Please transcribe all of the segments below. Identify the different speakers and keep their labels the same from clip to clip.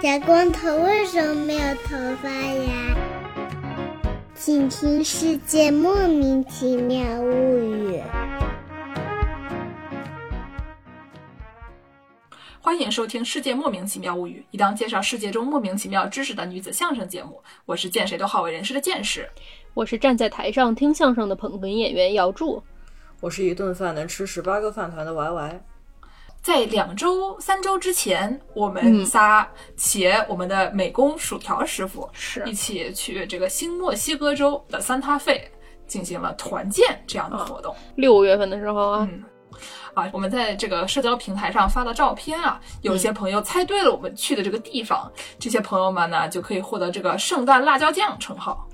Speaker 1: 小光头为什么没有头发呀？请听《世界莫名其妙物语》。
Speaker 2: 欢迎收听《世界莫名其妙物语》，一档介绍世界中莫名其妙知识的女子相声节目。我是见谁都好为人师的见识。
Speaker 3: 我是站在台上听相声的捧哏演员姚柱。
Speaker 4: 我是一顿饭能吃十八个饭团的 YY。
Speaker 2: 在两周、三周之前，我们
Speaker 3: 嗯
Speaker 2: 仨携我们的美工薯条师傅
Speaker 3: 是
Speaker 2: 一起去这个新墨西哥州的三塔费进行了团建这
Speaker 3: 哦
Speaker 2: 样的活动。
Speaker 3: 六月份的时候啊，
Speaker 2: 嗯，啊，我们在这个社交平台上发的照片啊，有些朋友猜对了我们去的这个地方，这些朋友们呢就可以获得这个“圣诞辣椒酱”称号。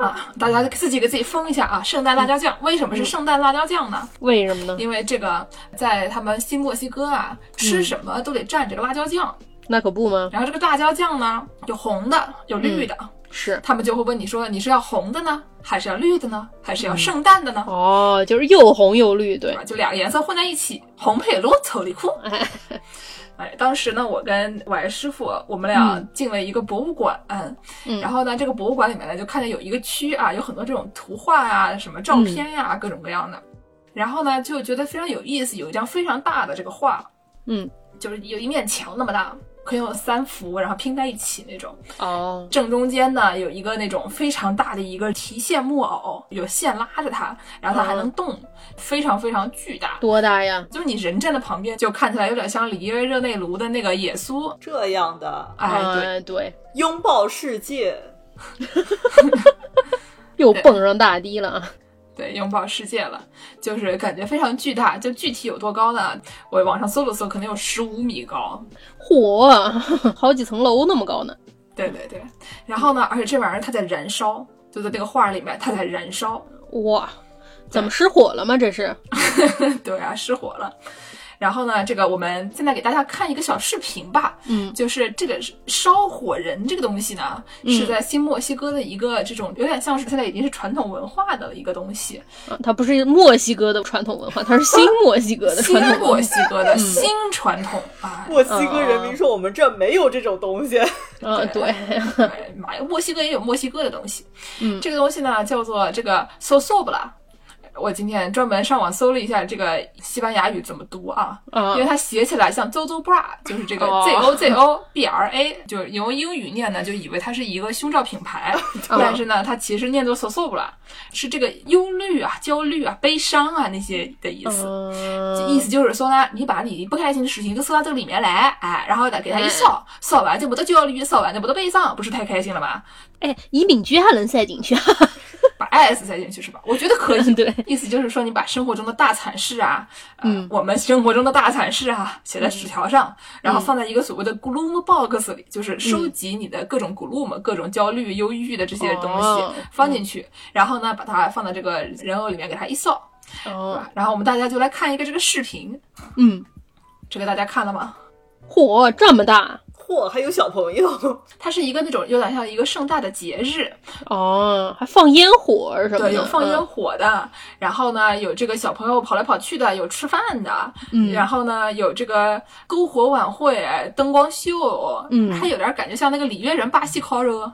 Speaker 2: 啊，大家自己给自己封一下啊！圣诞辣椒酱为什么是圣诞辣椒酱呢？
Speaker 3: 为什么呢？
Speaker 2: 因为这个在他们新墨西哥啊，吃什么都得蘸这个辣椒酱。
Speaker 3: 那可不吗？
Speaker 2: 然后这个辣椒酱呢，有红的，有绿的，
Speaker 3: 是
Speaker 2: 他们就会问你说，你是要红的呢，还是要绿的呢，还是要圣诞的呢？
Speaker 3: 哦，就是又红又绿，对
Speaker 2: 对吧？，啊就俩颜色混在一起，红配绿丑里 裤。哎，当时呢，我跟歪师傅，我们俩
Speaker 3: 嗯
Speaker 2: 进了一个博物馆，
Speaker 3: 嗯
Speaker 2: 然后呢，这个博物馆里面呢，就看见有一个区啊，有很多这种图画啊、什么照
Speaker 3: 嗯
Speaker 2: 片呀、各种各样的。然后呢，就觉得非常有意思，有一张非常大的这个画，
Speaker 3: 嗯，
Speaker 2: 就是有一面墙那么大，可以有三幅，然后拼在一起那种。
Speaker 3: 哦，
Speaker 2: 正中间呢有一个那种非常大的一个提线木偶，有线拉着它，然后它还
Speaker 3: 哦
Speaker 2: 能动，非常非常巨大。
Speaker 3: 多大呀？
Speaker 2: 就是你人站在旁边，就看起来有点像里约热内卢的那个耶稣。
Speaker 4: 这样的
Speaker 2: 哎，对，
Speaker 3: 哎对，
Speaker 4: 拥抱世界，
Speaker 3: 又
Speaker 2: 对
Speaker 3: 蹦上大堤了啊！
Speaker 2: 对，拥抱世界了，就是感觉非常巨大。就具体有多高呢？我网上搜了搜，可能有十五米高。
Speaker 3: 嚯，啊 好几层楼那么高呢！
Speaker 2: 对对对，然后呢，而且这玩意儿它在燃烧，就在这个画里面它在燃烧。
Speaker 3: 哇，怎么失火了吗？这是
Speaker 2: 对啊，失火了。然后呢，这个我们现在给大家看一个小视频吧，
Speaker 3: 嗯
Speaker 2: 就是这个烧火人这个东西呢，
Speaker 3: 嗯
Speaker 2: 是在新墨西哥的一个这种有点像是现在已经是传统文化的一个东西，
Speaker 3: 啊，它不是墨西哥的传统文化，它是新墨西哥 的
Speaker 2: 新
Speaker 3: 传统嗯文
Speaker 2: 墨
Speaker 3: 化。
Speaker 2: 西哥的新传统啊，
Speaker 4: 墨西哥人民说我们这没有这种东西。
Speaker 3: 啊，对，
Speaker 2: 哎妈呀，墨西哥也有墨西哥的东西，
Speaker 3: 嗯
Speaker 2: 这个东西呢叫做这个 sosobla。我今天专门上网搜了一下这个西班牙语怎么读啊，
Speaker 3: 啊
Speaker 2: 因为它写起来像 Zozo Bra，就是这个
Speaker 3: 哦
Speaker 2: Z O Z O B R A，就是由英语念呢，就以为它是一个胸罩品牌，
Speaker 3: 啊
Speaker 2: 但是呢，它其实念作 Sosobra，是这个忧虑啊、焦虑啊、悲伤啊那些的意思。
Speaker 3: 嗯，
Speaker 2: 意思就是说呢，你把你不开心的事情都说到这个里面来，哎，然后呢给他一笑，笑完就没得焦虑，笑完就没得悲伤，不是太开心了吗？
Speaker 3: 哎，移民局还能塞进去？
Speaker 2: 把 S 塞进去是吧？我觉得可 以。
Speaker 3: 啊对，
Speaker 2: 意思就是说，你把生活中的大惨事啊，呃
Speaker 3: 嗯
Speaker 2: 我们生活中的大惨事啊，写在纸条上，然
Speaker 3: 嗯
Speaker 2: 后放在一个所谓的 gloom box 里，就是收集你的各种 gloom、各种焦虑、忧郁的这些东西、
Speaker 3: 哦
Speaker 2: 放进去，然后呢，把它放到这个人偶里面给它一扫，对
Speaker 3: 哦，
Speaker 2: 吧？然后我们大家就来看一个这个视频，
Speaker 3: 嗯，
Speaker 2: 这个大家看了吗？
Speaker 3: 嚯，这么大
Speaker 4: 嚯，还有小朋友，
Speaker 2: 它是一个那种有点像一个盛大的节日，
Speaker 3: 哦，还放烟火什么的，
Speaker 2: 对，有放
Speaker 3: 嗯
Speaker 2: 烟火的，然后呢有这个小朋友跑来跑去的，有吃饭的，
Speaker 3: 嗯
Speaker 2: 然后呢有这个篝火晚会、灯光秀，
Speaker 3: 嗯
Speaker 2: 还有点感觉像那个里约人巴西烤肉，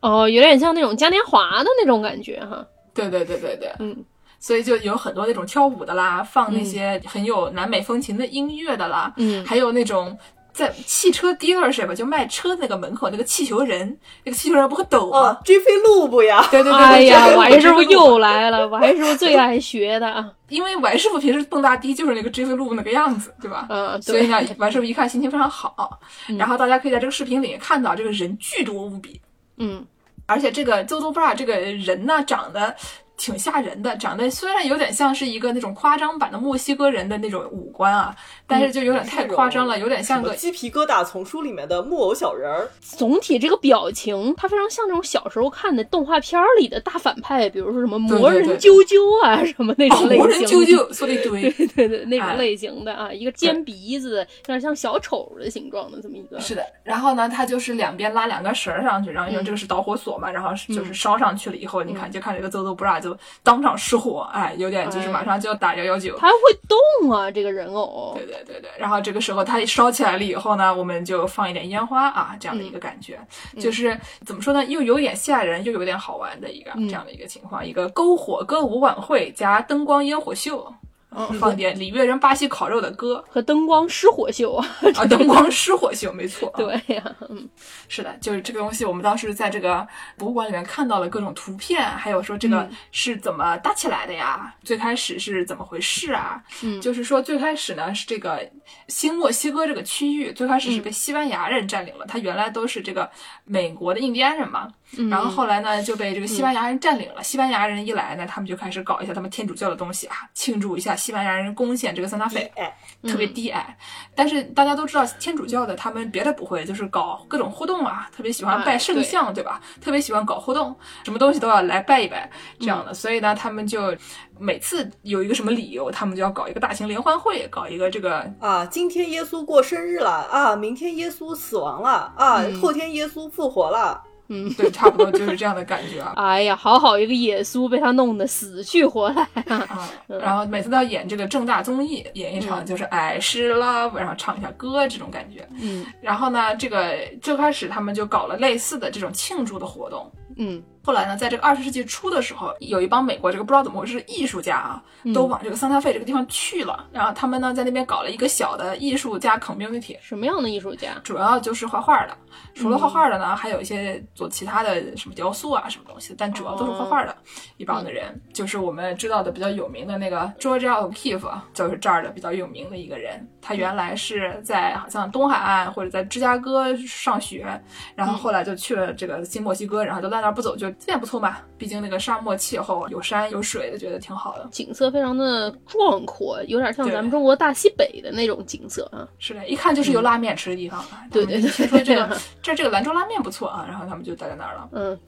Speaker 3: 哦，有点像那种嘉年华的那种感觉哈。
Speaker 2: 对对对对对，
Speaker 3: 嗯，
Speaker 2: 所以就有很多那种跳舞的啦，放那些很有南美风情的音乐的啦，
Speaker 3: 嗯
Speaker 2: 还有那种。在汽车 dealership 就卖车那个门口那个气球人，那个气球人不会抖吗？
Speaker 4: 哦，GP 路不呀？
Speaker 2: 对对对对，
Speaker 3: 哎呀
Speaker 2: 这，个
Speaker 3: 我还 师傅
Speaker 2: 这个
Speaker 3: 又来了，我还师傅最爱学的啊。
Speaker 2: 因为王师傅平时蹦大迪就是那个 J V 路那个样子，对吧？
Speaker 3: 嗯，
Speaker 2: 所以
Speaker 3: 对，
Speaker 2: 呢，王师傅一看心情非常好。然后大家可以在这个视频里看到，这个人巨多无比，
Speaker 3: 嗯，
Speaker 2: 而且这个周周爸这个人呢，长得挺吓人的，长得虽然有点像是一个那种夸张版的墨西哥人的那种五官啊，但是就有点太夸张了，有点像
Speaker 4: 什么
Speaker 2: 个
Speaker 4: 鸡皮疙瘩丛书里面的木偶小 人儿，
Speaker 3: 总体这个表情，它非常像那种小时候看的动画片儿里的大反派，比如说什么魔
Speaker 2: 对对
Speaker 3: 人
Speaker 2: 对
Speaker 3: 啾啾啊什么那种类型的。
Speaker 2: 魔人啾啾说了一堆。
Speaker 3: 对对对，那
Speaker 2: 哎
Speaker 3: 种类型的啊，一个尖鼻子，有点像小丑的形状的这么一个。
Speaker 2: 是的，然后呢，它就是两边拉两根绳儿上去，然后因为这个是导火索嘛，然后是就是烧上去了以后，你看就看这个 Zozo Bra 就当场失火，哎，有点就是
Speaker 3: 哎
Speaker 2: 马上就要打幺幺九。
Speaker 3: 他还会动啊，这个人偶
Speaker 2: 对。对对对，然后这个时候它烧起来了以后呢，我们就放一点烟花啊，这样的一个感觉，就是怎么说呢，又有点吓人，又有点好玩的一个、这样的一个情况，一个篝火歌舞晚会加灯光烟火秀。放点里约人巴西烤肉的歌
Speaker 3: 和灯光失火秀啊，
Speaker 2: 啊，灯光失火秀，没错，，
Speaker 3: 对呀、
Speaker 2: 是的，就是这个东西，我们当时在这个博物馆里面看到了各种图片，还有说这个是怎么搭起来的呀？最开始是怎么回事啊？
Speaker 3: 嗯
Speaker 2: 就是说最开始呢是这个新墨西哥这个区域，最开始是被西班牙人占领了，它原来都是这个美国的印第安人嘛，
Speaker 3: 嗯
Speaker 2: 然后后来呢就被这个西班牙人占领了。西班牙人一来呢，他们就开始搞一下他们天主教的东西啊，庆祝一下西班牙人攻陷这个桑达菲。
Speaker 4: 哎，
Speaker 2: 特别低矮。但是大家都知道，天主教的他们别的不会，就是搞各种活动啊，特别喜欢
Speaker 3: 哎
Speaker 2: 拜圣像，对吧？特别喜欢搞活动，什么东西都要来拜一拜这样的。所以呢，他们就每次有一个什么理由，他们就要搞一个大型联欢会，搞一个这个
Speaker 4: 啊，今天耶稣过生日了啊，明天耶稣死亡了啊，
Speaker 2: 嗯
Speaker 4: 后天耶稣复活了。
Speaker 2: 对，差不多就是这样的感觉啊。
Speaker 3: 哎呀，好好一个耶稣被他弄得死去活来啊！
Speaker 2: 啊，然后每次都要演这个正大综艺，演一场就是爱是 love，然后唱一下歌这种感觉。
Speaker 3: 嗯
Speaker 2: 然后呢，这个最开始他们就搞了类似的这种庆祝的活动，
Speaker 3: 嗯
Speaker 2: 后来呢，在这个二十世纪初的时候，有一帮美国这个不知道怎么回事艺术家啊，
Speaker 3: 嗯
Speaker 2: 都往这个桑塔费这个地方去了。然后他们呢，在那边搞了一个小的艺术家 community，
Speaker 3: 什么样的艺术家？
Speaker 2: 主要就是画画的。除了
Speaker 3: 嗯
Speaker 2: 画画的呢，还有一些做其他的什么雕塑啊，什么东西，但主要都是画画的
Speaker 3: 嗯
Speaker 2: 一帮的人。就是我们知道的比较有名的那个 Georgia O'Keeffe，啊就是这儿的比较有名的一个人。他原来是在好像东海岸或者在芝加哥上学，然后后来就去了这个新墨西哥，然后就在那儿不走，就这也不错嘛。毕竟那个沙漠气候有山有水的，觉得挺好的。
Speaker 3: 景色非常的壮阔，有点像
Speaker 2: 对
Speaker 3: 咱们中国大西北的那种景色啊。
Speaker 2: 是的，一看就是有拉面吃的地方。
Speaker 3: 对对对
Speaker 2: 听说这个这儿这个兰州拉面不错啊，然后他们就待在那儿了。
Speaker 3: 嗯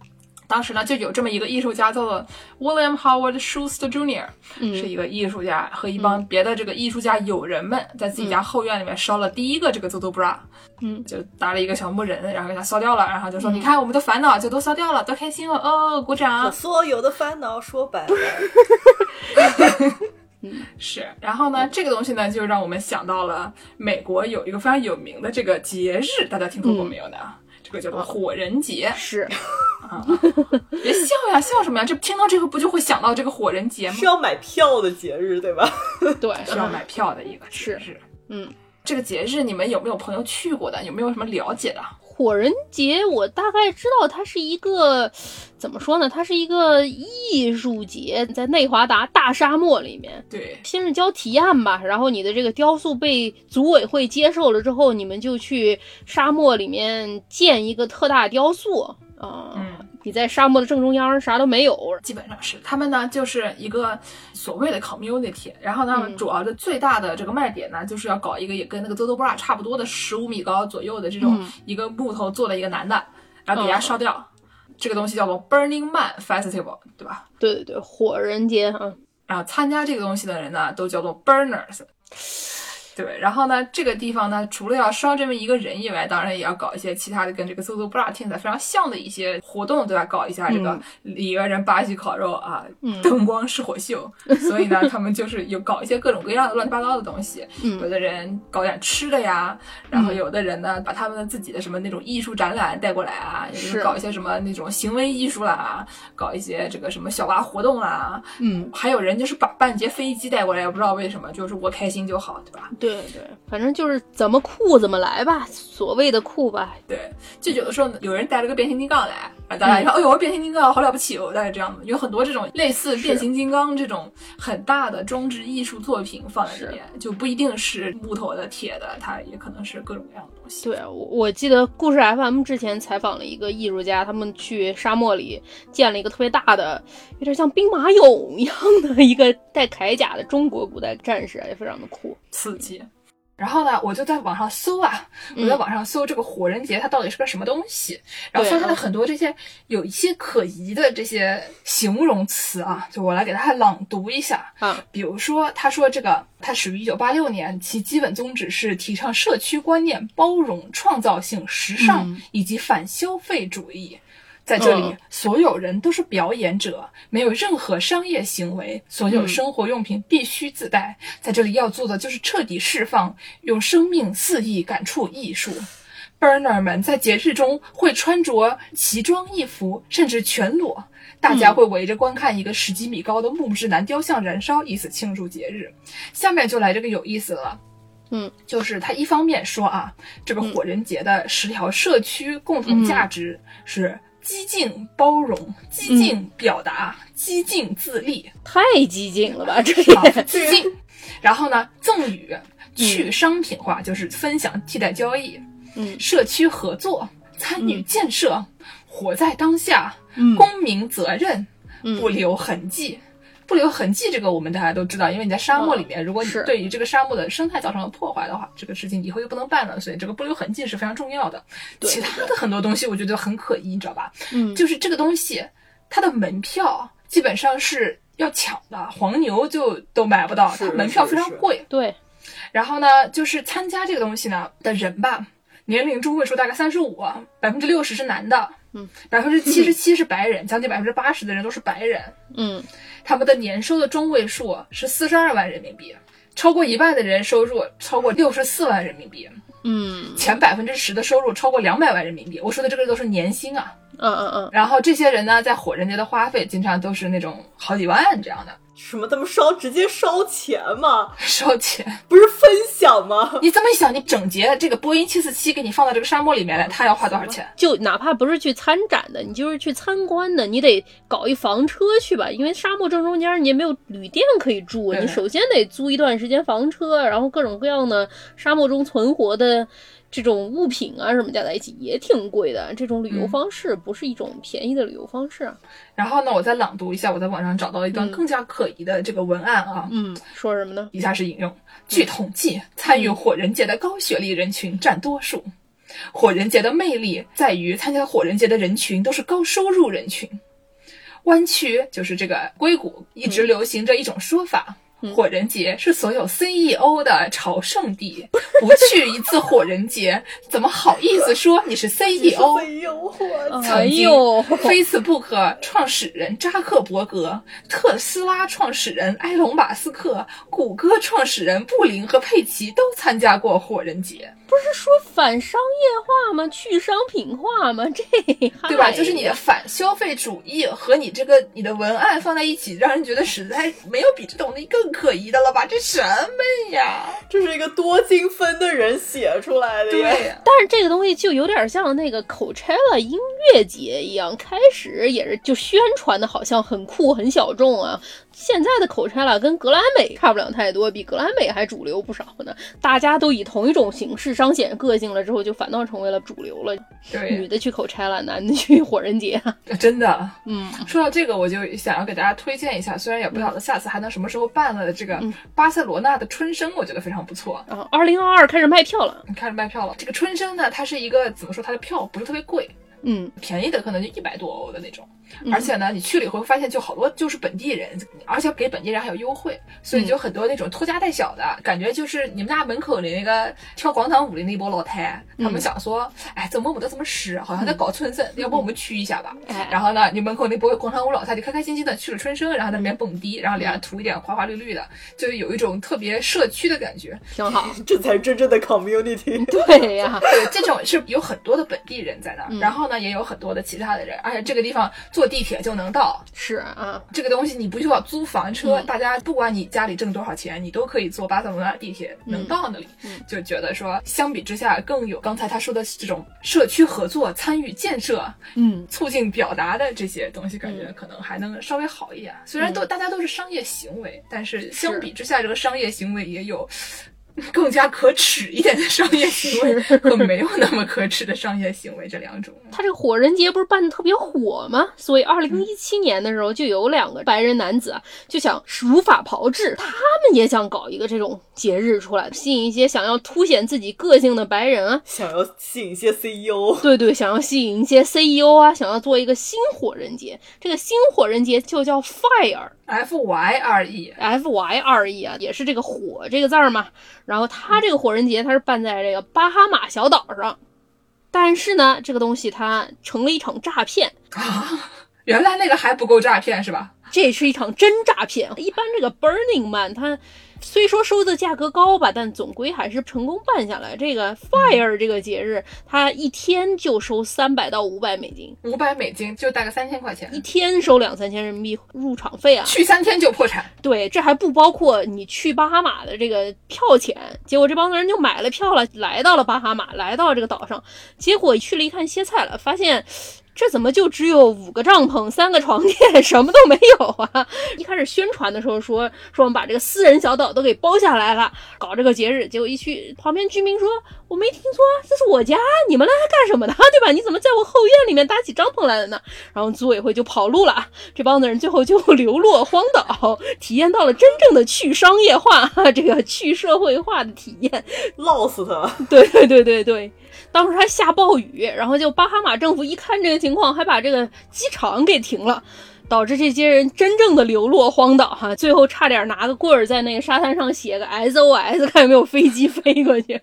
Speaker 2: 当时呢，就有这么一个艺术家叫做 William Howard Schuster Jr.，、是
Speaker 3: 嗯
Speaker 2: 一个艺术家和一帮别的这个艺术家友人们，在自己家后院里面烧了第一个这个 Zozo Bra，
Speaker 3: 嗯
Speaker 2: 就搭了一个小木人，然后给它烧掉了，然后就说、你看我们的烦恼就都烧掉了，多开心哦！哦，鼓掌。
Speaker 4: 所有的烦恼说白 了，
Speaker 2: 是，然后呢，这个东西呢，就让我们想到了美国有一个非常有名的这个节日，大家听
Speaker 3: 嗯
Speaker 2: 说过没有呢？这个叫
Speaker 3: 哦
Speaker 2: 做火人节，
Speaker 3: 是，
Speaker 2: 别笑呀，笑什么呀？这听到这个不就会想到这个火人节吗
Speaker 4: 是？要买票的节日对吧？
Speaker 3: 对，
Speaker 2: 需要买票的一个节日。
Speaker 3: 嗯，
Speaker 2: 这个节日你们有没有朋友去过的？有没有什么了解的？
Speaker 3: 火人节，我大概知道它是一个怎么说呢？它是一个艺术节，在内华达大沙漠里面。
Speaker 2: 对，
Speaker 3: 先是交提案吧，然后你的这个雕塑被组委会接受了之后，你们就去沙漠里面建一个特大雕塑啊、
Speaker 2: 嗯
Speaker 3: 你在沙漠的正中央，啥都没有。
Speaker 2: 基本上是他们呢，就是一个所谓的 community，然后呢，主要的最大的这个卖点呢，就是要搞一个也跟那个 Dodo Bra 差不多的十五米高左右的这种一个木头做的一个男的，然后给它烧掉。这个东西叫做 Burning Man Festival，对吧？
Speaker 3: 对对对，火人节啊，
Speaker 2: 然后参加这个东西的人呢，都叫做 burners。对，然后呢，这个地方呢，除了要烧这么一个人以外，当然也要搞一些其他的跟这个 Soso Bra 听起来非常像的一些活动，对吧？搞一下这个里约人巴西烤肉啊，
Speaker 3: 嗯
Speaker 2: 灯光是火 秀，所以呢，他们就是有搞一些各种各样的乱七八糟的东西。
Speaker 3: 嗯
Speaker 2: 有的人搞点吃的呀，然后有的人呢，把他们的自己的什么那种艺术展览带过来啊，有的
Speaker 3: 是
Speaker 2: 人搞一些什么那种行为艺术啦，搞一些这个什么小娃活动啦，
Speaker 3: 嗯，
Speaker 2: 还有人就是把半截飞机带过来，也不知道为什么，就是我开心就好，对吧？
Speaker 3: 对对，反正就是怎么酷怎么来吧，所谓的酷吧，
Speaker 2: 对，就有的时候呢有人带了个变形金刚来，啊，大家一看，哎呦，变形金刚好了不起哦，大概这样的。有很多这种类似变形金刚这种很大的装置艺术作品放在里面，就不一定是木头的、铁的，它也可能是各种各样的东西。
Speaker 3: 对，我我记得故事 FM 之前采访了一个艺术家，他们去沙漠里建了一个特别大的，有点像兵马俑一样的一个带铠甲的中国古代战士，啊也非常的酷。
Speaker 2: 刺激。然后呢，我就在网上搜啊，我在网上搜这个火人节它到底是个什么东西，然后
Speaker 3: 对啊
Speaker 2: 发现了很多这些有一些可疑的这些形容词啊，就我来给大家朗读一下。
Speaker 3: 啊，
Speaker 2: 比如说，他说这个它始于一九八六年，其基本宗旨是提倡社区观念、包容、创造性、时尚以及反消费主义。在这里
Speaker 3: 嗯，
Speaker 2: 所有人都是表演者，没有任何商业行为，所有
Speaker 3: 嗯
Speaker 2: 生活用品必须自带。在这里要做的就是彻底释放，用生命肆意感触艺术。Burner 们在节日中会穿着奇装异服，甚至全裸。大家
Speaker 3: 嗯
Speaker 2: 会围着观看一个十几米高的木质男雕像燃烧，以此庆祝节日。下面就来这个有意思了。
Speaker 3: 嗯，
Speaker 2: 就是他一方面说啊，这个火人节的十条社区共同价值是激进包容、激进
Speaker 3: 嗯
Speaker 2: 表达、激进自 立、
Speaker 3: 太激进了吧，这
Speaker 2: 啊
Speaker 3: 也，
Speaker 2: 激进。然后呢，赠与、去商品化，就是分享、替代交易、
Speaker 3: 嗯
Speaker 2: 社区合作、参与建设、活在当下、
Speaker 3: 嗯
Speaker 2: 公民责任、
Speaker 3: 嗯
Speaker 2: 不留痕迹。不留痕迹，这个我们大家都知道，因为你在沙漠里面，如果你
Speaker 3: 嗯是
Speaker 2: 对于这个沙漠的生态造成了破坏的话，这个事情以后又不能办了，所以这个不留痕迹是非常重要的。
Speaker 3: 对
Speaker 2: 其他的很多东西，我觉得很可疑，你知道吧？
Speaker 3: 嗯
Speaker 2: 就是这个东西，它的门票基本上是要抢的，黄牛就都买不到，
Speaker 4: 是
Speaker 2: 它门票非常
Speaker 4: 是是
Speaker 2: 贵。
Speaker 3: 对，
Speaker 2: 然后呢，就是参加这个东西呢的人吧，年龄中位数大概三十五，百分之六十是男的，
Speaker 3: 嗯，
Speaker 2: 百分之七十七是白人，将近百分之八十的人都是白人，
Speaker 3: 嗯
Speaker 2: 他们的年收的中位数是四十二万人民币。超过一半的人收入超过六十四万人民币，
Speaker 3: 嗯
Speaker 2: 前百分之十的收入超过两百万人民币。我说的这个都是年薪啊。
Speaker 3: 嗯嗯
Speaker 2: 然后这些人呢，在火人节的花费经常都是那种好几万这样的
Speaker 4: 什么？他们烧直接烧钱吗？
Speaker 2: 烧钱。
Speaker 4: 不是分享吗？
Speaker 2: 你这么一想，你整节这个波音七四七给你放到这个沙漠里面来，他要花多少钱？
Speaker 3: 就哪怕不是去参展的，你就是去参观的，你得搞一房车去吧，因为沙漠正中间你也没有旅店可以住，
Speaker 2: 对
Speaker 3: 你首先得租一段时间房车，然后各种各样的沙漠中存活的这种物品啊什么加在一起也挺贵的，这种旅游
Speaker 2: 嗯
Speaker 3: 方式不是一种便宜的旅游方式啊。
Speaker 2: 然后呢，我再朗读一下我在网上找到一段
Speaker 3: 嗯
Speaker 2: 更加可疑的这个文案啊。
Speaker 3: 嗯，说什么呢？
Speaker 2: 以下是引用：据统计，参与火人节的高学历人群占多数。火人节的魅力在于，参加火人节的人群都是高收入人群。湾区就是这个硅谷一直流行着一种说法。
Speaker 3: 嗯
Speaker 2: 火人节是所有 CEO 的朝圣地，不去一次火人节，怎么好意思说你是 E CEO？
Speaker 4: 哎呦我
Speaker 3: 哎呦，
Speaker 2: Facebook 创始人扎克伯格、特斯拉创始人埃隆·马斯克、谷歌创始人布林和佩奇都参加过火人节，
Speaker 3: 说反商业化吗？去商品化吗？ 这
Speaker 2: 对吧？
Speaker 3: 嗨
Speaker 2: 就是你的反消费主义和你这个你的文案放在一起，让人觉得实在没有比这种东西更可疑的了吧？这什么呀？
Speaker 4: 这是一个多精分的人写出来的呀。
Speaker 2: 对呀，
Speaker 3: 但是这个东西就有点像那个 Coachella 音乐节一样，开始也是就宣传的好像很酷很小众啊。现在的 Coachella 跟格莱美差不了太多，比格莱美还主流不少呢。大家都以同一种形式彰显个性了之后，就反倒成为了主流了。女
Speaker 2: 对，
Speaker 3: 的去 Coachella，男的去火人节。啊
Speaker 2: 真的。
Speaker 3: 嗯
Speaker 2: 说到这个，我就想要给大家推荐一下，虽然也不晓得下次还能什么时候办了。这个
Speaker 3: 嗯
Speaker 2: 巴塞罗那的春生，我觉得非常不错。
Speaker 3: 然后啊二零二二开始卖票了。
Speaker 2: 开始卖票了。这个春生呢，它是一个怎么说，它的票不是特别贵，
Speaker 3: 嗯
Speaker 2: 便宜的可能就一百多欧的那种。
Speaker 3: 嗯
Speaker 2: 而且呢，你去了以后发现，就好多就是本地人，而且给本地人还有优惠，所
Speaker 3: 嗯
Speaker 2: 以就很多那种拖家带小的、感觉，就是你们家门口里那个跳广场舞的那波老太，他们
Speaker 3: 嗯
Speaker 2: 想说，哎，怎么我们都这么湿，好像在搞春盛，要不我们去一下吧。
Speaker 3: 哎
Speaker 2: 然后呢，你门口那波广场舞老太就开开心心的去了春生，然后在那
Speaker 3: 嗯
Speaker 2: 边蹦迪，然后脸上涂一点花花绿绿的，就是有一种特别社区的感觉。
Speaker 3: 挺好。
Speaker 4: 这才是真正的 community。
Speaker 3: 对呀、
Speaker 2: 对，这种是有很多的本地人在那儿，
Speaker 3: 嗯
Speaker 2: 然后呢，也有很多的其他的人，而且这个地方坐地铁就能到。
Speaker 3: 是啊，
Speaker 2: 这个东西你不需要租房车，
Speaker 3: 嗯
Speaker 2: 大家不管你家里挣多少钱，你都可以坐巴塞罗那地铁能到那里。
Speaker 3: 嗯
Speaker 2: 就觉得说，相比之下更有刚才他说的这种社区合作、参与建设、
Speaker 3: 嗯
Speaker 2: 促进表达的这些东西，感觉可能还能稍微好一点。虽然都大家都是商业行为，但是相比之下，这个商业行为也有 更加可耻一点的商业行为和没有那么可耻的商业行为这两种。
Speaker 3: 他这个火人节不是办的特别火吗？所以二零一七年的时候，就有两个白人男子啊，就想如法炮制，他们也想搞一个这种节日出来，吸引一些想要凸显自己个性的白人啊，
Speaker 4: 想要吸引一些 E CEO，
Speaker 3: 对对，想要吸引一些 CEO 啊，想要做一个新火人节。这个新火人节就叫 Fire。
Speaker 2: F Y R E，
Speaker 3: F Y R E 啊，也是这个火这个字儿嘛。然后他这个火人节，他是办在这个巴哈马小岛上，但是呢，这个东西它成了一场诈骗，
Speaker 2: 啊，原来那个还不够诈骗是吧？
Speaker 3: 这也是一场真诈骗。一般这个 Burning Man 它虽说收的价格高吧，但总归还是成功办下来。这个 Fire 这个节日，它一天就收三百到五百美金，
Speaker 2: 五百美金就大概三千块钱
Speaker 3: 一，天收两三千人民币入场费啊。
Speaker 2: 去三天就破产。
Speaker 3: 对，这还不包括你去巴哈马的这个票钱。结果这帮人就买了票了，来到了巴哈马，来到了这个岛上，结果去了一看歇菜了，发现。这怎么就只有五个帐篷、三个床垫， 什么都没有啊？ 一开始宣传的时候说说我们把这个私人小岛都给包下来了，搞这个节日。结果一去，旁边居民说我没听错，这是我家，你们来干什么的， 对吧？你怎么在我后院里面搭起帐篷来了呢？然后组委会就跑路了，这帮子人最后就流落荒岛，体验到了真正的去商业化、这个去社会化的体验。
Speaker 4: 唠死他！
Speaker 3: 对对对对对，当时还下暴雨，然后就巴哈马政府一看这个情况，还把这个机场给停了。导致这些人真正的流落荒岛哈、最后差点拿个棍儿在那个沙滩上写个 SOS，看有没有飞机飞过去、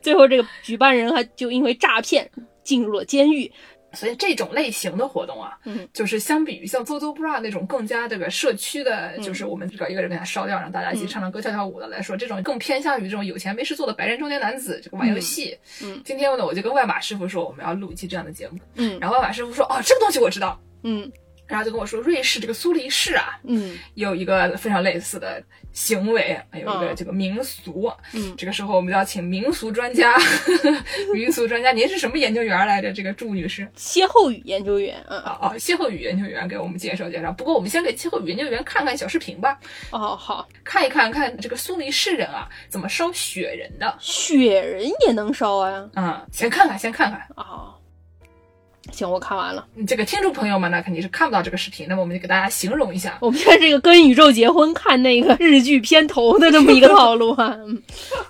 Speaker 3: 最后这个举办人还就因为诈骗进入了监狱。
Speaker 2: 所以这种类型的活动啊，
Speaker 3: 嗯，
Speaker 2: 就是相比于像 Zozo Bra 那种更加这个社区的，
Speaker 3: 嗯
Speaker 2: 就是我们搞一个人给它烧掉，让大家一起唱唱歌、跳跳舞的来说，这种更偏向于这种有钱没事做的白人中年男子，这个玩游戏。
Speaker 3: 嗯嗯
Speaker 2: 今天呢，我就跟外马师傅说我们要录一期这样的节目，
Speaker 3: 嗯
Speaker 2: 然后外马师傅说哦，这个东西我知道，
Speaker 3: 嗯
Speaker 2: 然后就跟我说瑞士这个苏黎世啊，
Speaker 3: 嗯
Speaker 2: 有一个非常类似的行为，有一个
Speaker 3: 嗯
Speaker 2: 这个民俗。
Speaker 3: 嗯
Speaker 2: 这个时候我们就要请民俗专家， 民俗专家，您是什么研究员来着？这个祝女士，
Speaker 3: 歇后语研究员，嗯，
Speaker 2: 啊啊，歇后语研究员给我们介绍介绍。不过我们先给歇后语研究员看看小视频吧，
Speaker 3: 哦好，
Speaker 2: 看一看看这个苏黎世人啊怎么烧雪人的。
Speaker 3: 雪人也能烧啊，
Speaker 2: 嗯，先看看，先看看。
Speaker 3: 哦，行，我看完了。
Speaker 2: 嗯这个听众朋友们呢，肯定是看不到这个视频，那么我们就给大家形容一下。
Speaker 3: 我们现在这个跟宇宙结婚看那个日剧片头的这么一个套路 啊，嗯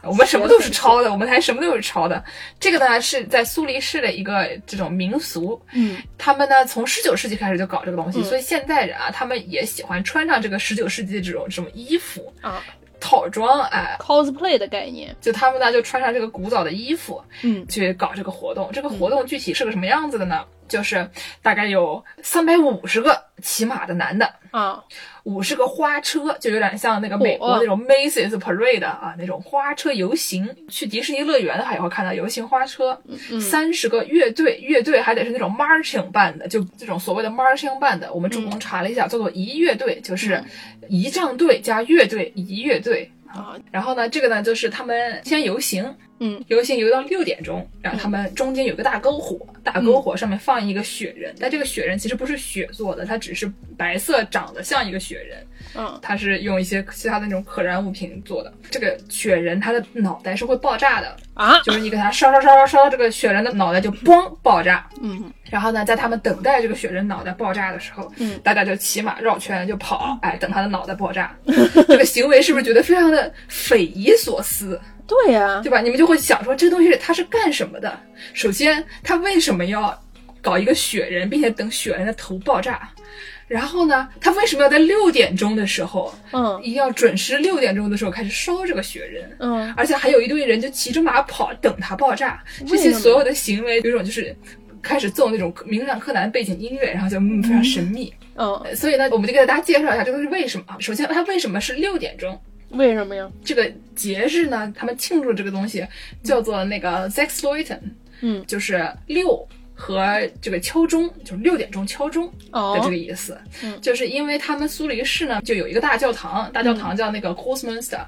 Speaker 2: 我们什么都是抄的，我们台什么都是抄的。这个呢是在苏黎世的一个这种民俗，
Speaker 3: 嗯
Speaker 2: 他们呢从十九世纪开始就搞这个东西，
Speaker 3: 嗯
Speaker 2: 所以现代人啊，他们也喜欢穿上这个十九世纪这种这种衣服
Speaker 3: 啊
Speaker 2: 套装，哎，
Speaker 3: ，cosplay 的概念，
Speaker 2: 就他们呢就穿上这个古早的衣服，
Speaker 3: 嗯
Speaker 2: 去搞这个活动。这个活动具体是个什么样子的呢？就是大概有三百五十个骑马的男的，
Speaker 3: 啊，
Speaker 2: 五十个花车，就有点像那个美
Speaker 3: 哦
Speaker 2: 国那种 Macy's Parade 啊，那种花车游行。去迪士尼乐园的还会看到游行花车。
Speaker 3: 嗯
Speaker 2: 三十个乐队，乐队还得是那种 marching band 的，就这种所谓的 marching band 的。我们主动查了一
Speaker 3: 嗯
Speaker 2: 下，叫做仪乐队，就是仪仗队加乐队，仪乐队。
Speaker 3: 啊，
Speaker 2: 然后呢，这个呢就是他们先游行，
Speaker 3: 嗯，
Speaker 2: 游行游到六点钟，然后他们中间有个大篝火，大篝火上面放一个雪人，但这个雪人其实不是雪做的，它只是白色长得像一个雪人，
Speaker 3: 嗯
Speaker 2: 它是用一些其他的那种可燃物品做的。这个雪人他的脑袋是会爆炸的，
Speaker 3: 啊，
Speaker 2: 就是你给他烧烧烧烧烧，这个雪人的脑袋就嘣爆炸。
Speaker 3: 嗯
Speaker 2: 然后呢，在他们等待这个雪人脑袋爆炸的时候，
Speaker 3: 嗯
Speaker 2: 大家就骑马绕圈就跑，哎，等他的脑袋爆炸。这个行为是不是觉得非常的匪夷所思，
Speaker 3: 对呀、
Speaker 2: 对吧？你们就会想说，这东西它是干什么的？首先，它为什么要搞一个雪人，并且等雪人的头爆炸？然后呢，它为什么要在六点钟的时候，
Speaker 3: 嗯
Speaker 2: 一定要准时六点钟的时候开始烧这个雪人？
Speaker 3: 嗯，
Speaker 2: 而且还有一堆人就骑着马跑，等它爆炸。这
Speaker 3: 为
Speaker 2: 些
Speaker 3: 什么
Speaker 2: 所有的行为，有一种就是开始奏那种明亮柯南背景音乐，然后就嗯非常神秘。
Speaker 3: 嗯，
Speaker 2: 所以呢，我们就给大家介绍一下这个是为什么啊。首先，它为什么是六点钟？
Speaker 3: 为什么呀？
Speaker 2: 这个节日呢，他们庆祝这个东西叫做那个 Sexloiten，
Speaker 3: 嗯，
Speaker 2: 就是六和这个敲钟，就是六点钟敲钟。的这
Speaker 3: 哦
Speaker 2: 个，意思，
Speaker 3: 嗯
Speaker 2: 就是因为他们苏黎世呢就有一个大教堂，大教堂叫那个 Cosminster，、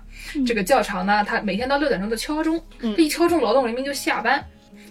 Speaker 2: 这个教堂呢，它每天到六点钟就敲钟，
Speaker 3: 嗯
Speaker 2: 一敲钟劳动人民就下班，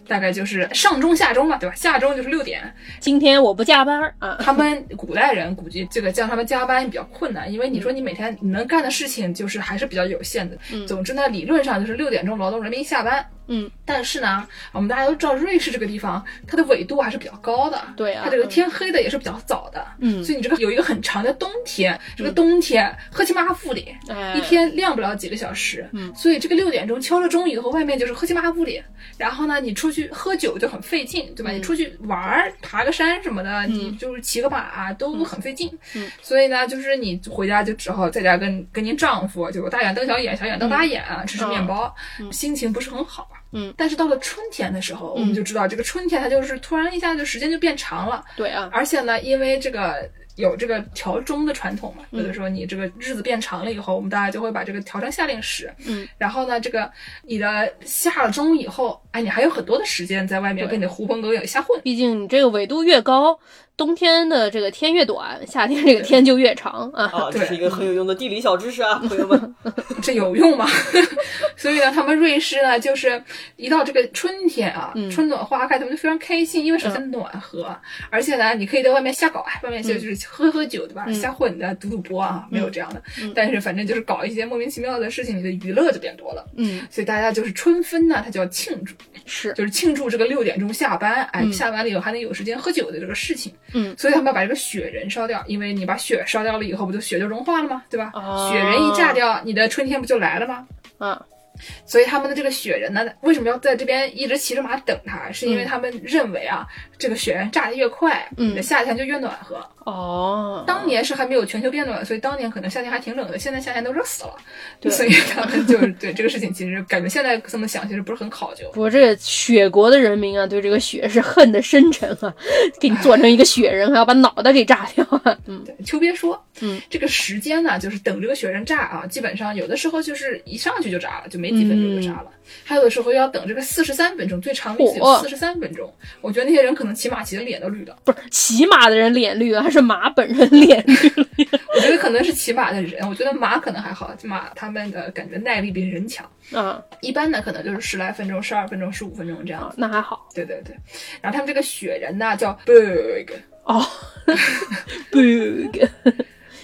Speaker 2: 大概就是上钟下钟嘛，对吧？下钟就是六点，
Speaker 3: 今天我不加班儿啊，
Speaker 2: 他们古代人估计这个叫他们加班比较困难，因为你说你每天你能干的事情就是还是比较有限的。
Speaker 3: 嗯
Speaker 2: 总之呢，理论上就是六点钟劳动人民下班。
Speaker 3: 嗯，
Speaker 2: 但是呢，我们大家都知道瑞士这个地方它的纬度还是比较高的，
Speaker 3: 对啊
Speaker 2: 它这个天黑的也是比较早的，
Speaker 3: 嗯
Speaker 2: 所以你这个有一个很长的冬天，这个冬天赫奇马布里。
Speaker 3: 哎，
Speaker 2: 一天亮不了几个小时，
Speaker 3: 嗯
Speaker 2: 所以这个六点钟敲了钟以后，外面就是喝七八布里，然后呢，你出去喝酒就很费劲，对吧？
Speaker 3: 嗯
Speaker 2: 你出去玩儿、爬个山什么的，你就是骑个马、啊都很费劲，
Speaker 3: 嗯
Speaker 2: 所以呢，就是你回家就只好在啊家跟跟您丈夫，就是大眼瞪小眼，小眼瞪大眼，吃吃面包，心情不是很好。啊
Speaker 3: 嗯，
Speaker 2: 但是到了春天的时候，我们就知道这个春天它就是突然一下就时间就变长了，
Speaker 3: 对啊，
Speaker 2: 而且呢，因为这个有这个调钟的传统嘛，
Speaker 3: 嗯
Speaker 2: 有的时候你这个日子变长了以后，我们大家就会把这个调成夏令时。
Speaker 3: 嗯，
Speaker 2: 然后呢，这个你的下了钟以后，哎，你还有很多的时间在外面
Speaker 3: 对
Speaker 2: 跟你的狐朋狗友瞎混。
Speaker 3: 毕竟你这个纬度越高，冬天的这个天越短，夏天这个天就越长啊。
Speaker 4: 啊，这是一个很有用的地理小知识 啊，朋友们。
Speaker 2: 这有用吗？所以呢，他们瑞士呢，就是一到这个春天啊，
Speaker 3: 嗯
Speaker 2: 春暖花开，他们就非常开心，因为首先暖和，而且呢，你可以在外面瞎搞，哎，外面就
Speaker 3: 嗯
Speaker 2: 就是喝喝酒，对吧？
Speaker 3: 嗯
Speaker 2: 瞎混的，赌赌博啊，没有这样的，
Speaker 3: 嗯
Speaker 2: 但是反正就是搞一些莫名其妙的事情，你的娱乐就变多了。
Speaker 3: 嗯，
Speaker 2: 所以大家就是春分呢，他就要庆祝，
Speaker 3: 是，
Speaker 2: 就是庆祝这个六点钟下班，哎，
Speaker 3: 嗯
Speaker 2: 下班了以后还能有时间喝酒的这个事情。
Speaker 3: 嗯
Speaker 2: 所以他们要把这个雪人烧掉，因为你把雪烧掉了以后，不就雪就融化了吗？对吧？
Speaker 3: 哦
Speaker 2: 雪人一炸掉，你的春天不就来了吗？
Speaker 3: 啊，
Speaker 2: 所以他们的这个雪人呢，为什么要在这边一直骑着马等他？是因为他们认为啊，这个雪人炸得越快，
Speaker 3: 嗯
Speaker 2: 你的夏天就越暖和。
Speaker 3: 哦，
Speaker 2: 当年是还没有全球变暖，所以当年可能夏天还挺冷的，现在夏天都热死了。
Speaker 3: 对
Speaker 2: 所以他们就是对这个事情，其实感觉现在这么想，其实不是很考究。
Speaker 3: 不过这个雪国的人民啊，对这个雪是恨得深沉啊，给你做成一个雪人，还要把脑袋给炸掉啊。嗯
Speaker 2: 对，秋别说，
Speaker 3: 嗯，
Speaker 2: 这个时间呢，就是等这个雪人炸啊，基本上有的时候就是一上去就炸了，就没几分钟就炸了，还有的时候要等这个四十三分钟，最长的一次有
Speaker 3: 嚯
Speaker 2: 四十三分钟。我觉得那些人可能骑马骑的脸都绿了。
Speaker 3: 不是骑马的人脸绿啊，还是马本人脸绿了？
Speaker 2: 我觉得可能是骑马的人，我觉得马可能还好，马他们的感觉耐力比人强。
Speaker 3: 啊
Speaker 2: 一般的可能就是十来分钟、十二分钟、十五分钟这样
Speaker 3: 啊
Speaker 2: 子。，
Speaker 3: 那还好
Speaker 2: 对对对，然后他们这个雪人呢叫 bug，
Speaker 3: 哦。bug，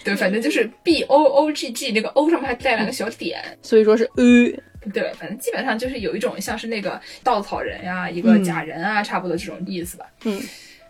Speaker 2: 对，反正就是 b o o g g，那个 o 上面还带两个小点。
Speaker 3: 所以说是呃，
Speaker 2: 对，反正基本上就是有一种像是那个稻草人呀、一个假人啊，差不多这种意思吧。
Speaker 3: 嗯，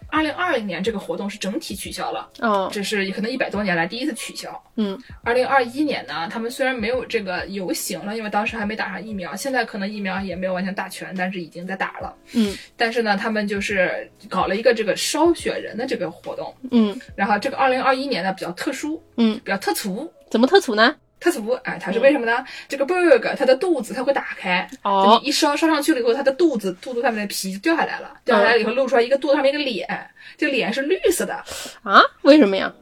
Speaker 2: 二零二零年这个活动是整体取消了，
Speaker 3: 哦，
Speaker 2: 这是可能一百多年来第一次取消。
Speaker 3: 嗯，
Speaker 2: 二零二一年呢，他们虽然没有这个游行了，因为当时还没打上疫苗，现在可能疫苗也没有完全打全，但是已经在打了。
Speaker 3: 嗯
Speaker 2: 但是呢，他们就是搞了一个这个烧雪人的这个活动。
Speaker 3: 嗯
Speaker 2: 然后这个二零二一年呢比较特殊，
Speaker 3: 嗯，
Speaker 2: 比较特俗。
Speaker 3: 怎么特处呢？
Speaker 2: 特殊，哎，它是为什么呢？这个 bug 它的肚子它会打开，就
Speaker 3: 哦
Speaker 2: 你一烧烧上去了以后，它的肚子肚子上面的皮就掉下来了，掉下来以后露出来一个肚子上面一个脸，这个脸是绿色的，
Speaker 3: 啊，为什么呀？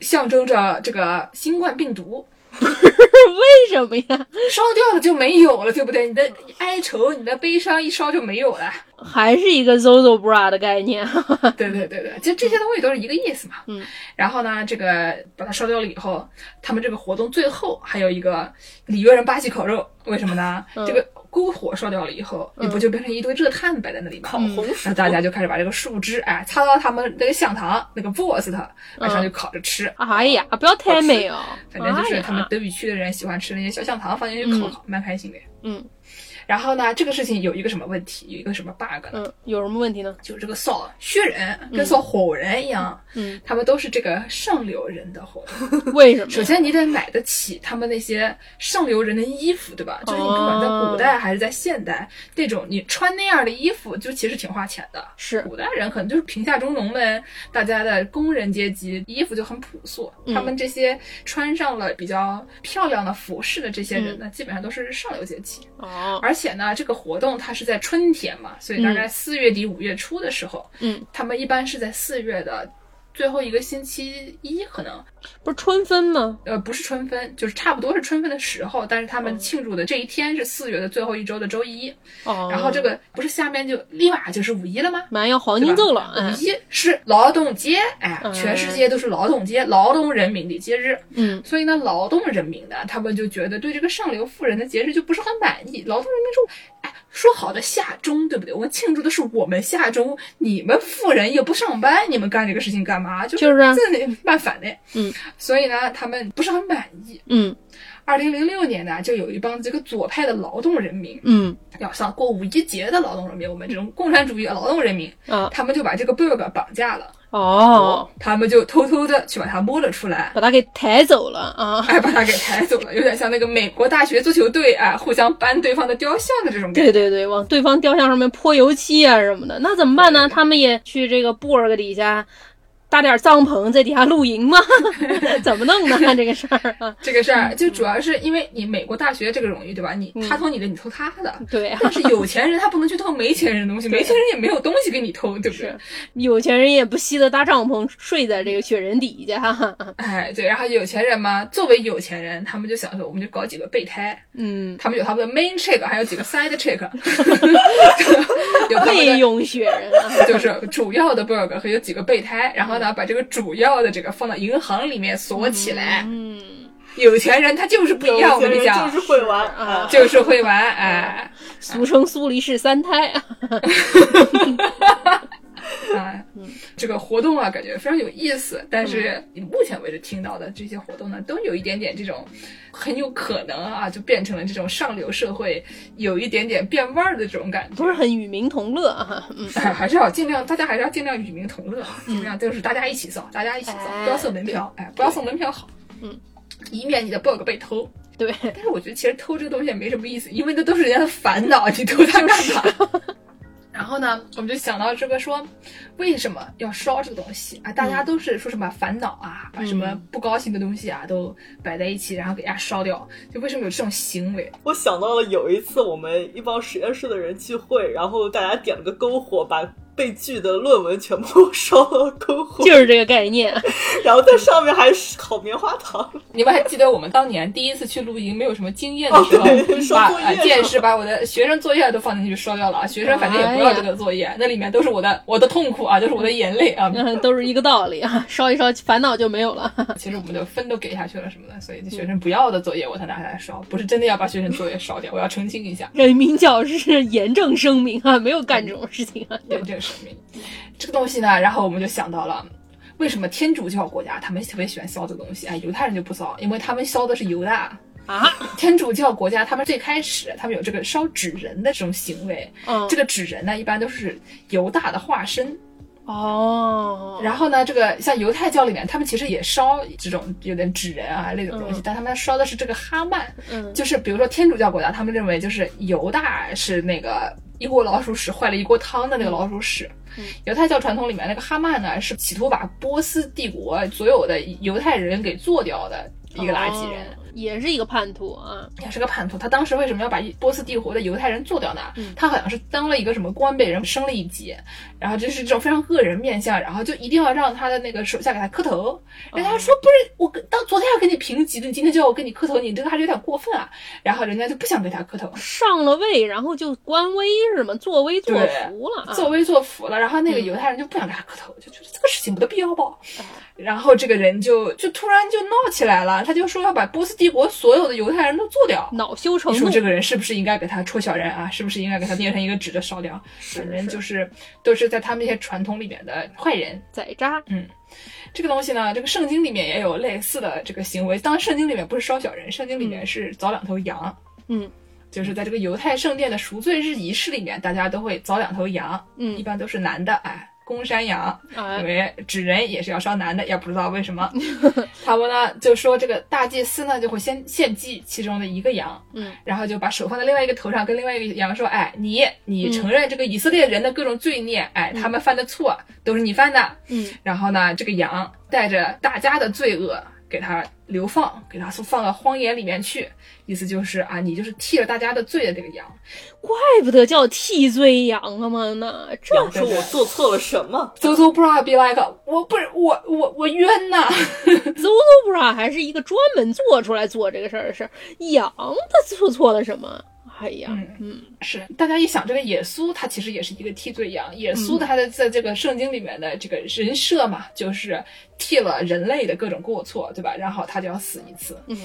Speaker 2: 象征着这个新冠病毒。
Speaker 3: 为什么呀？
Speaker 2: 烧掉了就没有了，对不对？你的哀愁、你的悲伤一烧就没有了。
Speaker 3: 还是一个 Zozo bra 的概念，啊
Speaker 2: 对对对对，其实这些东西都是一个意思嘛。
Speaker 3: 嗯。
Speaker 2: 然后呢，这个把它烧掉了以后，他们这个活动最后还有一个里约人巴西烤肉，为什么呢？
Speaker 3: 嗯
Speaker 2: 这个篝火烧掉了以后，你不就变成一堆热炭摆在那里吗？
Speaker 3: 嗯
Speaker 4: 红薯
Speaker 2: 那大家就开始把这个树枝，哎，擦到他们那个香糖那个 boss 它，晚上
Speaker 3: 嗯
Speaker 2: 就烤着吃。
Speaker 3: 哎呀，不要太美哦，
Speaker 2: 反正就是他们
Speaker 3: 哎呀
Speaker 2: 德语区的人喜欢吃那些小香糖，放进去烤烤，蛮开心的。
Speaker 3: 嗯
Speaker 2: 然后呢，这个事情有一个什么问题，有一个什么 bug 呢？
Speaker 3: 嗯，有什么问题呢？
Speaker 2: 就是这个扫薛人跟扫火人一样，
Speaker 3: 嗯，
Speaker 2: 他们都是这个上流人的活动。
Speaker 3: 为什么
Speaker 2: 首
Speaker 3: 呀？
Speaker 2: 先，你得买得起他们那些上流人的衣服，对吧？就是你不管在古代还是在现代，那种你穿那样的衣服，就其实挺花钱的。
Speaker 3: 是
Speaker 2: 古代人可能就是贫下中农们，大家的工人阶级衣服就很朴素。
Speaker 3: 嗯
Speaker 2: 他们这些穿上了比较漂亮的服饰的这些人呢，基本上都是上流阶级。
Speaker 3: 哦，
Speaker 2: 而且呢，这个活动它是在春天嘛，所以大概四月底五月初的时候，
Speaker 3: 嗯，
Speaker 2: 他们一般是在四月的最后一个星期一，可能
Speaker 3: 不是春分吗？
Speaker 2: 呃不是春分，就是差不多是春分的时候，但是他们庆祝的这一天是四月的最后一周的周一，
Speaker 3: 哦，
Speaker 2: 然后这个不是下面就立马就是五一了吗？
Speaker 3: 马上要黄
Speaker 2: 对吧
Speaker 3: 金周了，
Speaker 2: 五
Speaker 3: 哎，
Speaker 2: 一是劳动节，哎，
Speaker 3: 嗯
Speaker 2: 全世界都是劳动节，劳动人民的节日。
Speaker 3: 嗯
Speaker 2: 所以呢，劳动人民呢，他们就觉得对这个上流富人的节日就不是很满意。劳动人民说，哎，说好的下中，对不对？我们庆祝的是我们下中，你们富人又不上班，你们干这个事情干嘛？就
Speaker 3: 就是啊
Speaker 2: 这办反的。
Speaker 3: 嗯，
Speaker 2: 所以呢，他们不是很满意。
Speaker 3: 嗯
Speaker 2: 二零零六年呢，就有一帮这个左派的劳动人民，
Speaker 3: 嗯
Speaker 2: 要像过五一节的劳动人民，我们这种共产主义劳动人民，
Speaker 3: 啊
Speaker 2: 他们就把这个贝尔绑架了，
Speaker 3: 哦，
Speaker 2: 他们就偷偷的去把他摸了出来。
Speaker 3: 把他给抬走了啊，
Speaker 2: 哎，把他给抬走了，有点像那个美国大学足球队啊，互相搬对方的雕像的这种感
Speaker 3: 对
Speaker 2: 觉。
Speaker 3: 对对，往对方雕像上面泼油漆啊什么的，那怎么办呢？他们也去这个布尔格底下。搭点帐篷在底下露营 吗？怎么弄 呢？这个事儿啊，
Speaker 2: 这个事儿就主要是因为你美国大学这个荣誉，对吧？你
Speaker 3: 嗯
Speaker 2: 他偷你的，你偷他的。
Speaker 3: 对啊，
Speaker 2: 但是有钱人他不能去偷没钱人的 东西，没钱人也没有东西给你偷，对不对
Speaker 3: 是？有钱人也不惜的搭帐篷睡在这个雪人底下，啊
Speaker 2: 哎，对，然后有钱人嘛，作为有钱人，他们就想说，我们就搞几个备胎，
Speaker 3: 嗯，
Speaker 2: 他们有他们的 main check，还有几个 side check，有他
Speaker 3: 备
Speaker 2: 们的
Speaker 3: 用雪人啊，
Speaker 2: 就是主要的 bug 和有几个备胎，然后呢，把这个主要的这个放到银行里面锁起来。
Speaker 3: 嗯，
Speaker 2: 有钱人他就是不一样，我跟你
Speaker 4: 就
Speaker 2: 讲，
Speaker 4: 是会玩
Speaker 3: 啊
Speaker 4: 啊，
Speaker 2: 就是会玩，哎，
Speaker 3: 俗称苏黎世三胎啊，
Speaker 2: 啊，这个活动啊，感觉非常有意思。但是
Speaker 3: 嗯
Speaker 2: 你目前为止听到的这些活动呢，都有一点点这种，很有可能啊，就变成了这种上流社会有一点点变味儿的这种感觉。
Speaker 3: 不是很与民同乐啊，嗯，
Speaker 2: 哎，还是要尽量，大家还是要尽量与民同乐，尽量就是大家一起扫，大家一起扫，
Speaker 3: 哎
Speaker 2: 不要送门票，哎，不要送门票好，
Speaker 3: 嗯，
Speaker 2: 以免你的 bug 被偷。
Speaker 3: 对，
Speaker 2: 但是我觉得其实偷这个东西也没什么意思，因为那都是人家的烦恼，你偷 它干嘛？然后呢，我们就想到这个说，为什么要烧这个东西啊？大家都是说什么烦恼啊，把什么不高兴的东西啊都摆在一起，然后给大家烧掉，就为什么有这种行为？
Speaker 4: 我想到了有一次我们一帮实验室的人聚会，然后大家点了个篝火，把被拒的论文全部烧到篝火，
Speaker 3: 就是这个概念，
Speaker 4: 然后在上面还烤棉花 糖。
Speaker 2: 你们还记得我们当年第一次去露营没有什么经验的时候，
Speaker 4: 哦对烧
Speaker 2: 把
Speaker 4: 作业
Speaker 2: 啊
Speaker 4: 是吧
Speaker 2: 见识把我的学生作业都放进去烧掉了啊！学生反正也不要这个作业，那里面都是我的我的痛苦啊，都是我的眼泪啊。
Speaker 3: 嗯，都是一个道理啊，烧一烧烦恼就没有了，
Speaker 2: 其实我们的分都给下去了什么的，所以这学生不要的作业我才拿下来烧，不是真的要把学生作业烧掉，我要澄清一下，
Speaker 3: 人民教师严正声明啊， 没有干这种事情啊，
Speaker 2: 严正声明。这个东西呢，然后我们就想到了。为什么天主教国家他们特别喜欢烧这个东西？哎，犹太人就不烧，因为他们烧的是犹大。
Speaker 3: 啊，
Speaker 2: 天主教国家他们最开始他们有这个烧纸人的这种行为，
Speaker 3: 嗯，
Speaker 2: 这个纸人呢，一般都是犹大的化身。
Speaker 3: 哦，
Speaker 2: 然后呢，这个像犹太教里面，他们其实也烧这种有点纸人啊那种东西，
Speaker 3: 嗯
Speaker 2: 但他们烧的是这个哈曼，
Speaker 3: 嗯
Speaker 2: 就是比如说天主教国家，他们认为就是犹大是那个一锅老鼠屎坏了一锅汤的那个老鼠屎。
Speaker 3: 嗯
Speaker 2: 犹太教传统里面那个哈曼呢，是企图把波斯帝国所有的犹太人给做掉的一个垃圾人。
Speaker 3: 哦也是一个叛徒啊，
Speaker 2: 也是个叛徒。他当时为什么要把波斯帝国的犹太人做掉呢？
Speaker 3: 嗯
Speaker 2: 他好像是当了一个什么官被人升了一级，然后就是这种非常恶人面相，然后就一定要让他的那个手下给他磕头。人家说不是我跟到昨天要给你评级的，你今天就要我给你磕头，你这个还是有点过分啊。然后人家就不想给他磕头，
Speaker 3: 上了位，然后就官威是吗？作威作
Speaker 2: 对
Speaker 3: 福了啊，
Speaker 2: 作威作福了。然后那个犹太人就不想给他磕头，就觉得这个事情没得必要吧。然后这个人就就突然就闹起来了，他就说要把波斯帝国所有的犹太人都做掉。
Speaker 3: 恼羞成
Speaker 2: 你
Speaker 3: 怒
Speaker 2: 说，这个人是不是应该给他戳小人啊？是不是应该给他捏成一个纸的烧掉？反正就是是都是在他们那些传统里面的坏人。
Speaker 3: 宰扎，
Speaker 2: 这个东西呢，这个圣经里面也有类似的这个行为。当然，圣经里面不是烧小人，圣经里面是凿两头羊。
Speaker 3: 嗯
Speaker 2: 就是在这个犹太圣殿的赎罪日仪式里面，大家都会凿两头羊，一
Speaker 3: 嗯，
Speaker 2: 般都是男的，哎，公山羊，因
Speaker 3: 哎，
Speaker 2: 为纸人也是要烧男的，也不知道为什么。他们呢就说这个大祭司呢就会先献祭其中的一个羊，
Speaker 3: 嗯，
Speaker 2: 然后就把手放在另外一个头上，跟另外一个羊说：“哎，你你承认这个以色列人的各种罪孽，哎，他们犯的错都是你犯的。
Speaker 3: 嗯，
Speaker 2: 然后呢，这个羊带着大家的罪恶给他流放，给他放到荒野里面去，意思就是啊，你就是替了大家的罪的这个羊。
Speaker 3: 怪不得叫替罪羊了嘛呢，这
Speaker 4: 要说我做错了什么？
Speaker 2: Those who bra be like，我不是我我我冤呐、
Speaker 3: Zozo Bra 还是一个专门做出来做这个事儿的事儿，羊他做错了什么？哎呀，嗯
Speaker 2: 是，大家一想，这个耶稣他其实也是一个替罪羊。耶
Speaker 3: 嗯
Speaker 2: 稣他的在这个圣经里面的这个人设嘛，就是替了人类的各种过错，对吧？然后他就要死一次。
Speaker 3: 嗯。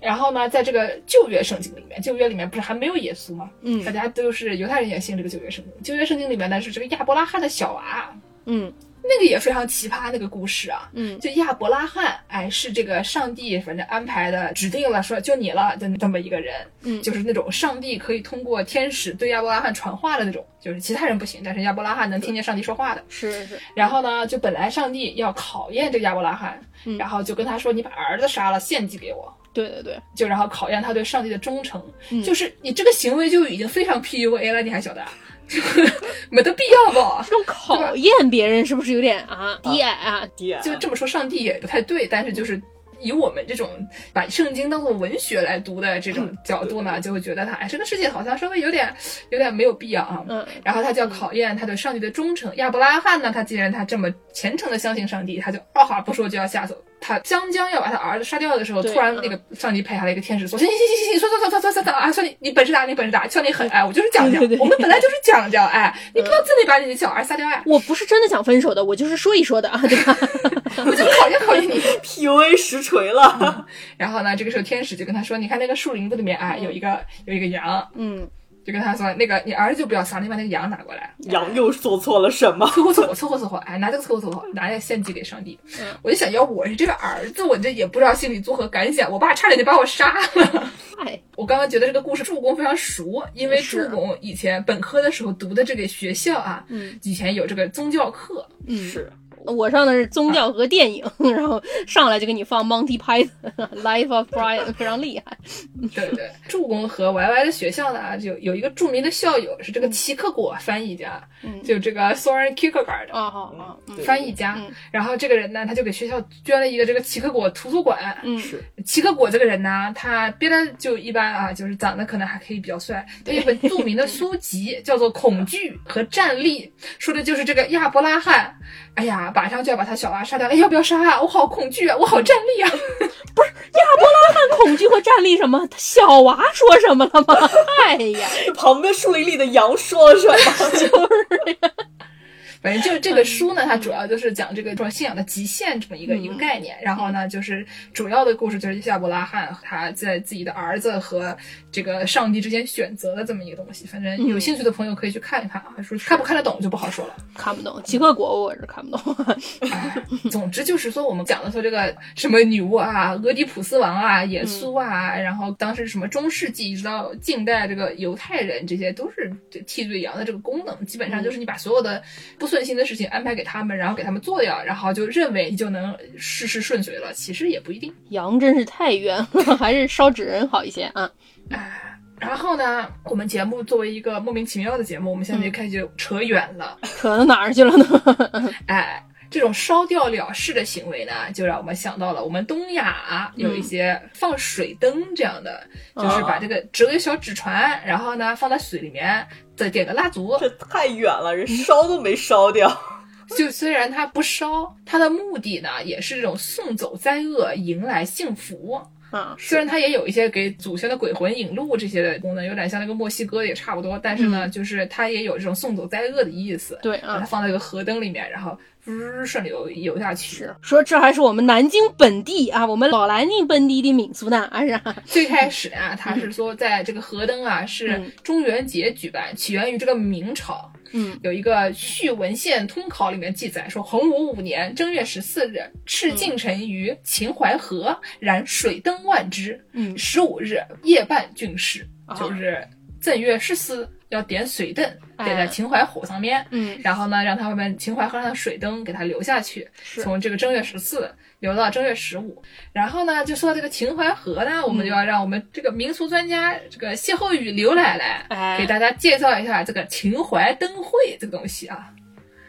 Speaker 2: 然后呢，在这个旧约圣经里面，旧约里面不是还没有耶稣吗？大
Speaker 3: 嗯
Speaker 2: 家都是犹太人也信这个旧约圣经。旧约圣经里面呢是这个亚伯拉罕的小娃，
Speaker 3: 嗯
Speaker 2: 那个也非常奇葩那个故事啊。
Speaker 3: 嗯
Speaker 2: 就亚伯拉罕，哎，是这个上帝反正安排的，指定了说就你了，就这么一个人，
Speaker 3: 嗯
Speaker 2: 就是那种上帝可以通过天使对亚伯拉罕传话的那种，就是其他人不行，但是亚伯拉罕能听见上帝说话的。
Speaker 3: 是是，
Speaker 2: 然后呢，就本来上帝要考验这个亚伯拉罕，
Speaker 3: 嗯
Speaker 2: 然后就跟他说你把儿子杀了献祭给我，
Speaker 3: 对对对，
Speaker 2: 就然后考验他对上帝的忠诚，
Speaker 3: 嗯
Speaker 2: 就是你这个行为就已经非常 PUA 了，你还晓得啊？ 没得必要吧
Speaker 3: 这？种考验别人是不是有点啊低矮啊？
Speaker 4: 点
Speaker 2: 就这么说，上帝也不太对，但是就是。以我们这种把圣经当做文学来读的这
Speaker 3: 嗯
Speaker 2: 种角度呢，就会觉得他哎，这个世界好像稍微有点有点没有必要啊。
Speaker 3: 嗯，
Speaker 2: 然后他就要考验他对上帝的忠诚。亚伯拉罕呢，他既然他这么虔诚的相信上帝，他就二话不说就要下手。他将将要把他儿子杀掉的时候，
Speaker 3: 对嗯
Speaker 2: 突然那个上帝派下来一个天使说：“行行行行行，算算算算算算啊，算你你本事大，你本事大，算你狠哎，我就是讲讲
Speaker 3: 嗯对对，对
Speaker 2: 我们本来就是讲讲哎，你不要自己把你的小儿杀掉哎，
Speaker 3: 我不是真的想分手的，我就是说一说的啊， 对吧？嗯
Speaker 2: 我就考验考验你。”
Speaker 4: PUA 实锤了，
Speaker 2: 然后呢，这个时候天使就跟他说：“你看那个树林子里面啊，有一个有一个羊，
Speaker 3: 嗯，
Speaker 2: 就跟他说那个你儿子就不要杀，你把那个羊拿过来。”
Speaker 4: 羊又做错了什么？
Speaker 2: 凑合凑合凑合凑合，哎，拿这个凑合凑合，拿这个献祭给上帝。
Speaker 3: 嗯
Speaker 2: 我就想要我是这个儿子，我这也不知道心里作何感想。我爸差点就把我杀了。
Speaker 3: 哎，
Speaker 2: 我刚刚觉得这个故事助攻非常熟，因为
Speaker 3: 是
Speaker 2: 助攻以前本科的时候读的这个学校啊，
Speaker 3: 嗯
Speaker 2: 以前有这个宗教课，
Speaker 3: 嗯，
Speaker 4: 是
Speaker 3: 我上的是宗教和电影， 然后上来就给你放 Monty Python 《Life of Brian》，非常厉害。
Speaker 2: 对对， 助攻和 YY 的学校呢，就有一个著名的校友是这个齐克果翻译家，
Speaker 3: 嗯
Speaker 2: 就这个 Soren Kierkegaard
Speaker 3: 啊好啊，嗯
Speaker 4: 对
Speaker 2: 翻译家。
Speaker 3: 嗯
Speaker 2: 然后这个人呢，他就给学校捐了一个这个齐克果图书馆。
Speaker 3: 嗯
Speaker 4: 是，
Speaker 2: 齐克果这个人呢，他编的就一般啊，就是长得可能还可以比较帅。他有一本著名的书籍叫做《恐惧和战栗》，说的就是这个亚伯拉罕。哎呀，马上就要把他小娃杀掉了，哎，要不要杀啊？我好恐惧啊，我好战栗啊！
Speaker 3: 看恐惧和战栗什么？他小娃说什么了吗？ 哎呀，
Speaker 4: 旁边树林里的羊说了 什么？
Speaker 2: 反正就是这个书呢，它主要就是讲这个说信仰的极限这么一个、一个概念。然后呢，就是主要的故事就是夏伯拉罕他在自己的儿子和这个上帝之间选择的这么一个东西。反正有兴趣的朋友可以去看一看啊，说看不看得懂就不好说了。
Speaker 3: 看不懂，极客国我是看不懂。
Speaker 2: 哎总之就是说，我们讲的说这个什么女巫啊、俄狄浦斯王啊、耶稣啊，然后当时什么中世纪一直到近代这个犹太人，这些都是这替罪羊的这个功能，基本上就是你把所有的不顺心的事情安排给他们，然后给他们做掉，然后就认为你就能事事顺遂了，其实也不一定。
Speaker 3: 羊真是太冤了，还是烧纸人好一些啊。
Speaker 2: 然后呢，我们节目作为一个莫名其妙的节目，我们现在就开始扯远了。
Speaker 3: 扯到哪儿去了呢？
Speaker 2: 哎，这种烧掉了事的行为呢，就让我们想到了我们东亚啊有一些放水灯这样的，
Speaker 3: 嗯
Speaker 2: 就是把这个折个小纸船，然后呢放在水里面，再点个蜡烛。
Speaker 4: 这太远了，人烧都没烧掉。
Speaker 2: 就虽然它不烧，它的目的呢也是这种送走灾厄，迎来幸福。
Speaker 3: 啊，
Speaker 2: 虽然它也有一些给祖先的鬼魂引路这些的功能，有点像那个墨西哥也差不多，但是呢，就是它也有这种送走灾厄的意思。
Speaker 3: 嗯对
Speaker 2: 把它
Speaker 3: 啊，
Speaker 2: 放在一个河灯里面，然后呜顺流游下去。
Speaker 3: 是说这还是我们南京本地啊，我们老南京本地的民俗呢，啊是啊，
Speaker 2: 最开始啊，他是说在这个河灯啊是
Speaker 3: 嗯
Speaker 2: 中元节举办，起源于这个明朝。
Speaker 3: 嗯，
Speaker 2: 有一个《续文献通考》里面记载说，洪武五年正月十四日，
Speaker 3: 嗯
Speaker 2: 赤禁臣于秦淮河燃水灯万支。
Speaker 3: 嗯
Speaker 2: 十五日夜半郡事，
Speaker 3: 啊
Speaker 2: 就是正月十四要点水灯，
Speaker 3: 哎
Speaker 2: 点在秦淮河上面。
Speaker 3: 嗯
Speaker 2: 然后呢，让他们秦淮河上的水灯给它流下去，
Speaker 3: 是
Speaker 2: 从这个正月十四流到正月十五。然后呢，就说到这个秦淮河呢，我们就要让我们这个民俗专家这个歇后语刘奶奶、
Speaker 3: 哎
Speaker 2: 给大家介绍一下这个秦淮灯会这个东西啊，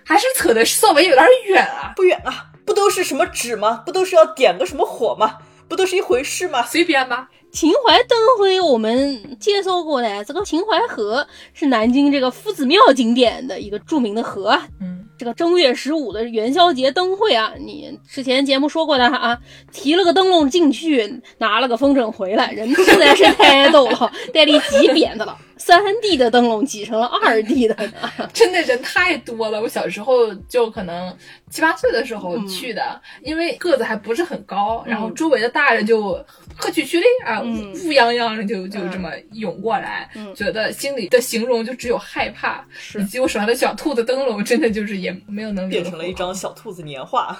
Speaker 2: 还是扯的稍微有点远啊，
Speaker 4: 不远啊，不都是什么纸吗？不都是要点个什么火吗？不都是一回事吗？
Speaker 2: 随便吧。
Speaker 3: 秦淮灯会我们介绍过的，这个秦淮河是南京这个夫子庙景点的一个著名的河啊，
Speaker 2: 嗯，
Speaker 3: 这个正月十五的元宵节灯会啊，你之前节目说过的啊，提了个灯笼进去，拿了个风筝回来，人实在是太逗了， 带力极扁的了。三 D 的灯笼挤成了二 D 的，
Speaker 2: 真的人太多了。我小时候就可能七八岁的时候去的，因为个子还不是很高，然后周围的大人就呵气屈的啊，
Speaker 3: 嗯
Speaker 2: 乌泱泱的就就这么涌过来，
Speaker 3: 嗯
Speaker 2: 觉得心里的形容就只有害怕，
Speaker 3: 是
Speaker 2: 以及我手上的小兔子灯笼，真的就是也没有能留
Speaker 4: 变成了一张小兔子年画，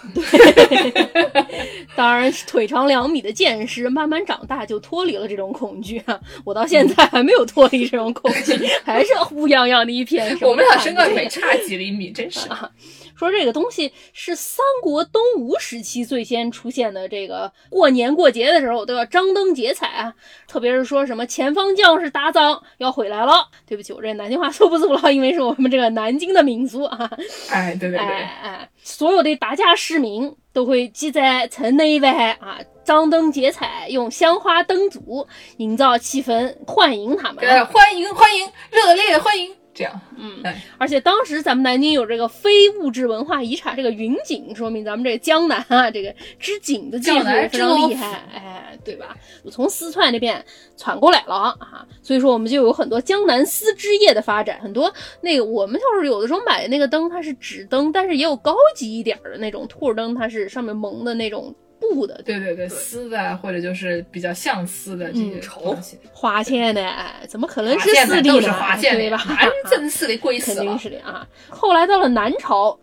Speaker 3: 当然腿长两米的剑士慢慢长大就脱离了这种恐惧啊，我到现在还没有脱离 这种恐惧，还是乌泱泱的一片。
Speaker 2: 我们俩身高也
Speaker 3: 什么
Speaker 2: 没
Speaker 3: 看不见
Speaker 2: 差几厘米，真是。
Speaker 3: 啊，说这个东西是三国东吴时期最先出现的，这个过年过节的时候都要张灯结彩啊，特别是说什么前方将士打仗要回来了。对不起，我这南京话说不足了，因为是我们这个南京的民族啊。
Speaker 2: 哎，对对对，
Speaker 3: 哎哎，所有的打架市民都会聚在城内外啊，张灯结彩，用香花灯烛营造气氛，欢迎他们。
Speaker 2: 对，欢迎欢迎，热烈的欢迎，这样，
Speaker 3: 嗯
Speaker 2: 哎，
Speaker 3: 而且当时咱们南京有这个非物质文化遗产，这个云锦，说明咱们这个江南啊，这个织锦的技术
Speaker 2: 江南
Speaker 3: 非常厉
Speaker 2: 织
Speaker 3: 害，哎，对吧？从四川那边传过来了啊，所以说我们就有很多江南丝织业的发展，很多那个我们小时候有的时候买的那个灯，它是纸灯，但是也有高级一点儿的那种兔儿灯，它是上面蒙的那种布的，
Speaker 2: 对对对，丝的或者就是比较像丝的这些
Speaker 3: 嗯
Speaker 2: 东西，
Speaker 3: 花线的，哎怎么可能
Speaker 2: 划
Speaker 3: 是
Speaker 2: 线
Speaker 3: 四
Speaker 2: 的
Speaker 3: D
Speaker 2: 都
Speaker 3: 的
Speaker 2: 是
Speaker 3: 呢？
Speaker 2: 划线
Speaker 3: 对
Speaker 2: 的，
Speaker 3: 吧？
Speaker 2: 还是真是的贵
Speaker 3: 肯
Speaker 2: 死
Speaker 3: 定
Speaker 2: 了。
Speaker 3: 是的啊。后来到了南朝，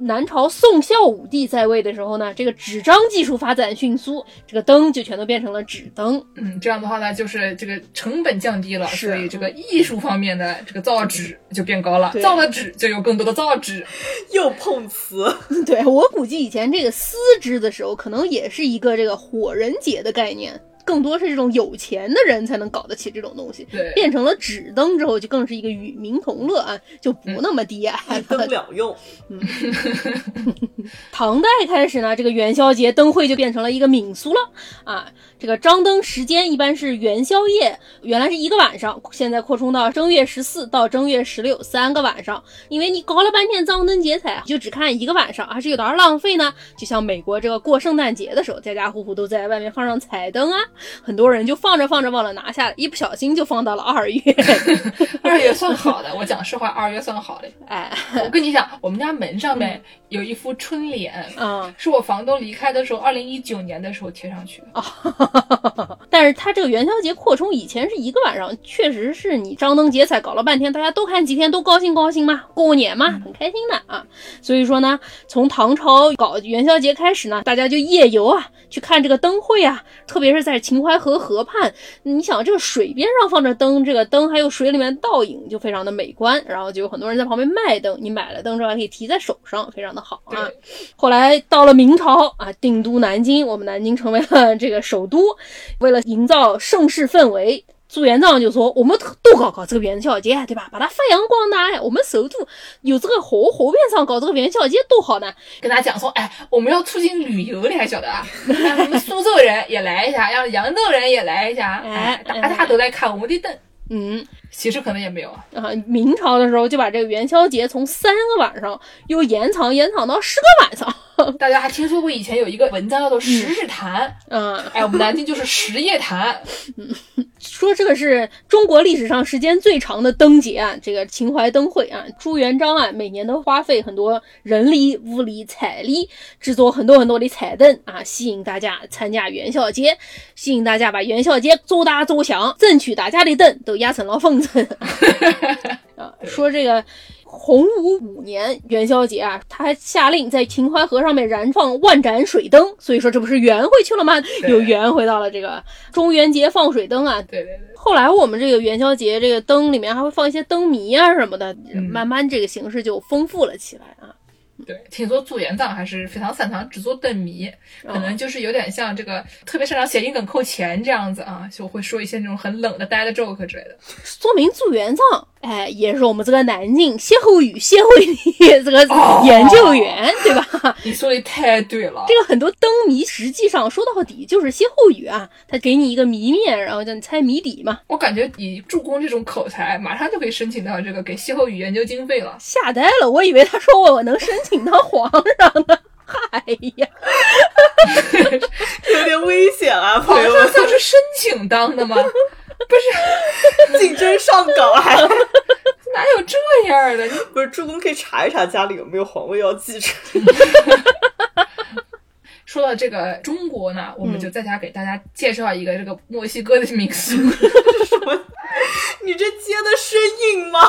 Speaker 3: 南朝宋孝武帝在位的时候呢，这个纸张技术发展迅速，这个灯就全都变成了纸灯。
Speaker 2: 嗯，这样的话呢，就是这个成本降低了，
Speaker 3: 是嗯
Speaker 2: 所以这个艺术方面的这个造纸就变高了
Speaker 3: 对，
Speaker 2: 造了纸就有更多的造纸。
Speaker 4: 又碰瓷，
Speaker 3: 对我估计以前这个丝织的时候，可能也是一个这个火人节的概念。更多是这种有钱的人才能搞得起这种东西，
Speaker 2: 对
Speaker 3: 变成了纸灯之后，就更是一个与民同乐啊，就不
Speaker 2: 嗯
Speaker 3: 那么低啊矮
Speaker 4: 一
Speaker 3: 了。
Speaker 4: 灯两用。
Speaker 3: 唐代开始呢，这个元宵节灯会就变成了一个民俗了啊。这个张灯时间一般是元宵夜，原来是一个晚上，现在扩充到正月十四到正月十六三个晚上。因为你搞了半天张灯结彩，就只看一个晚上，还是有点浪费呢。就像美国这个过圣诞节的时候，家家户户都在外面放上彩灯啊，很多人就放着放着忘了拿下，一不小心就放到了二月。
Speaker 2: 二月算好的，我讲实话，二月算好 的。
Speaker 3: 哎，
Speaker 2: 我跟你讲，我们家门上面有一幅春联，
Speaker 3: 嗯。
Speaker 2: 是我房东离开的时候，二零一九年的时候贴上去的。
Speaker 3: 哦但是它这个元宵节扩充以前是一个晚上，确实是你张灯结彩搞了半天，大家都看几天，都高兴高兴嘛，过年嘛，很开心的啊。所以说呢，从唐朝搞元宵节开始呢，大家就夜游啊，去看这个灯会啊，特别是在秦淮河河畔，你想这个水边上放着灯，这个灯还有水里面倒影，就非常的美观。然后就有很多人在旁边卖灯，你买了灯之后还可以提在手上，非常的好啊。
Speaker 2: 对，
Speaker 3: 后来到了明朝啊，定都南京，我们南京成为了这个首都。为了营造盛世氛围，朱元璋就说：“我们都搞搞这个元宵节，对吧？把它发扬光大呀！我们首都有这个河河边上搞这个元宵节多好呢！
Speaker 2: 跟他讲说，哎，我们要促进旅游的，还晓得啊？让我们苏州人也来一下，让扬州人也来一下，
Speaker 3: 哎
Speaker 2: 哎，大家都来看我们的灯。
Speaker 3: 嗯，
Speaker 2: 其实可能也没有啊，
Speaker 3: 啊，明朝的时候就把这个元宵节从三个晚上又延长延长到十个晚上。
Speaker 2: 大家还听说过以前有一个文章叫做《十日谈》，
Speaker 3: 嗯，
Speaker 2: 哎，我们南京就是十夜谈，
Speaker 3: 说这个是中国历史上时间最长的灯节啊，这个秦淮灯会啊，朱元璋啊，每年都花费很多人力、物力、财力，制作很多很多的彩灯啊，吸引大家参加元宵节，吸引大家把元宵节做大做强，争取大家的灯都压成了风筝。啊，说这个洪武五年元宵节啊，他还下令在秦淮河上面燃放万盏水灯，所以说这不是圆回去了吗？
Speaker 2: 对
Speaker 3: 又圆回到了这个中元节放水灯啊，
Speaker 2: 对对对，
Speaker 3: 后来我们这个元宵节这个灯里面还会放一些灯谜啊什么的，
Speaker 2: 嗯
Speaker 3: 慢慢这个形式就丰富了起来啊。
Speaker 2: 对，听说朱元璋还是非常擅长制作灯谜，可
Speaker 3: 啊
Speaker 2: 能就是有点像这个特别擅长谐音梗扣钱这样子啊，就会说一些那种很冷的呆的 joke 之类的。
Speaker 3: 说明朱元璋，哎，也是我们这个南京歇后语协会的这个
Speaker 2: 哦
Speaker 3: 研究员，对吧？
Speaker 2: 你说的太对了，
Speaker 3: 这个很多灯谜实际上说到底就是歇后语啊，他给你一个谜面，然后叫你猜谜底嘛。
Speaker 2: 我感觉以助攻这种口才，马上就可以申请到这个给歇后语研究经费了。
Speaker 3: 吓呆了，我以为他说我能申请当皇上呢。 嗨呀，
Speaker 4: 有点危 险啊，
Speaker 2: 皇
Speaker 4: 朋友
Speaker 2: 上像是申请当的吗？
Speaker 4: 们，竞争上岗还
Speaker 2: 哪有这样的？你
Speaker 4: 不是助攻可以查一查家里有没有皇位要继承。
Speaker 2: 说到这个中国呢，我们就在家给大家介绍一个这个 墨西哥的民俗。
Speaker 4: 你这接的是硬吗？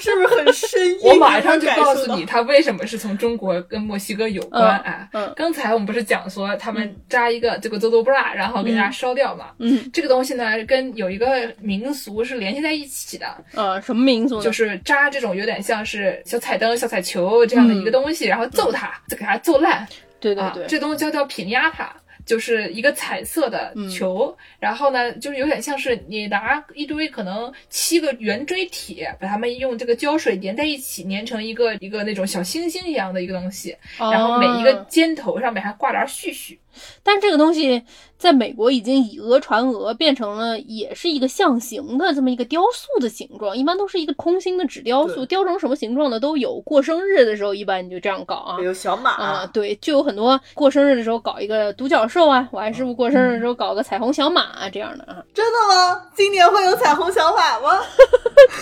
Speaker 4: 是不是很深意？
Speaker 2: 我马上就告
Speaker 4: 能
Speaker 2: 诉
Speaker 4: 感
Speaker 2: 你，
Speaker 4: 受到，
Speaker 2: 它为什么是从中国跟墨西哥有关啊？
Speaker 3: 嗯嗯
Speaker 2: 刚才我们不是讲说他们扎一个这个 Zodo bra，然后给大家烧掉嘛？
Speaker 3: 嗯
Speaker 2: 这个东西呢，跟有一个民俗是联系在一起的，
Speaker 3: 呃，什么民族呢？
Speaker 2: 就是扎这种有点像是小彩灯、小彩球这样的一个东西，然后揍它，再给它揍烂，
Speaker 3: 对对
Speaker 2: 啊
Speaker 3: 对，，
Speaker 2: 这东西叫叫品压塔，就是一个彩色的
Speaker 3: 嗯
Speaker 2: 球，然后呢，就是有点像是你拿一堆可能七个圆锥铁，把它们用这个胶水粘在一起，粘成一个一个那种小星星一样的一个东西，然后每一个
Speaker 3: 哦，
Speaker 2: 尖头上面还挂点絮絮。
Speaker 3: 但这个东西在美国已经以讹传讹，变成了也是一个象形的这么一个雕塑的形状，一般都是一个空心的纸雕塑，
Speaker 4: 对
Speaker 3: 雕成什么形状的都有。过生日的时候，一般你就这样搞
Speaker 2: 哎
Speaker 3: 啊。
Speaker 4: 有小马、
Speaker 2: 嗯
Speaker 3: 啊，对，就有很多过生日的时候搞一个独角兽啊，我爱师傅过生日的时候搞个彩虹小马啊，这样的啊，
Speaker 4: 真的吗？今年会有彩虹小马吗？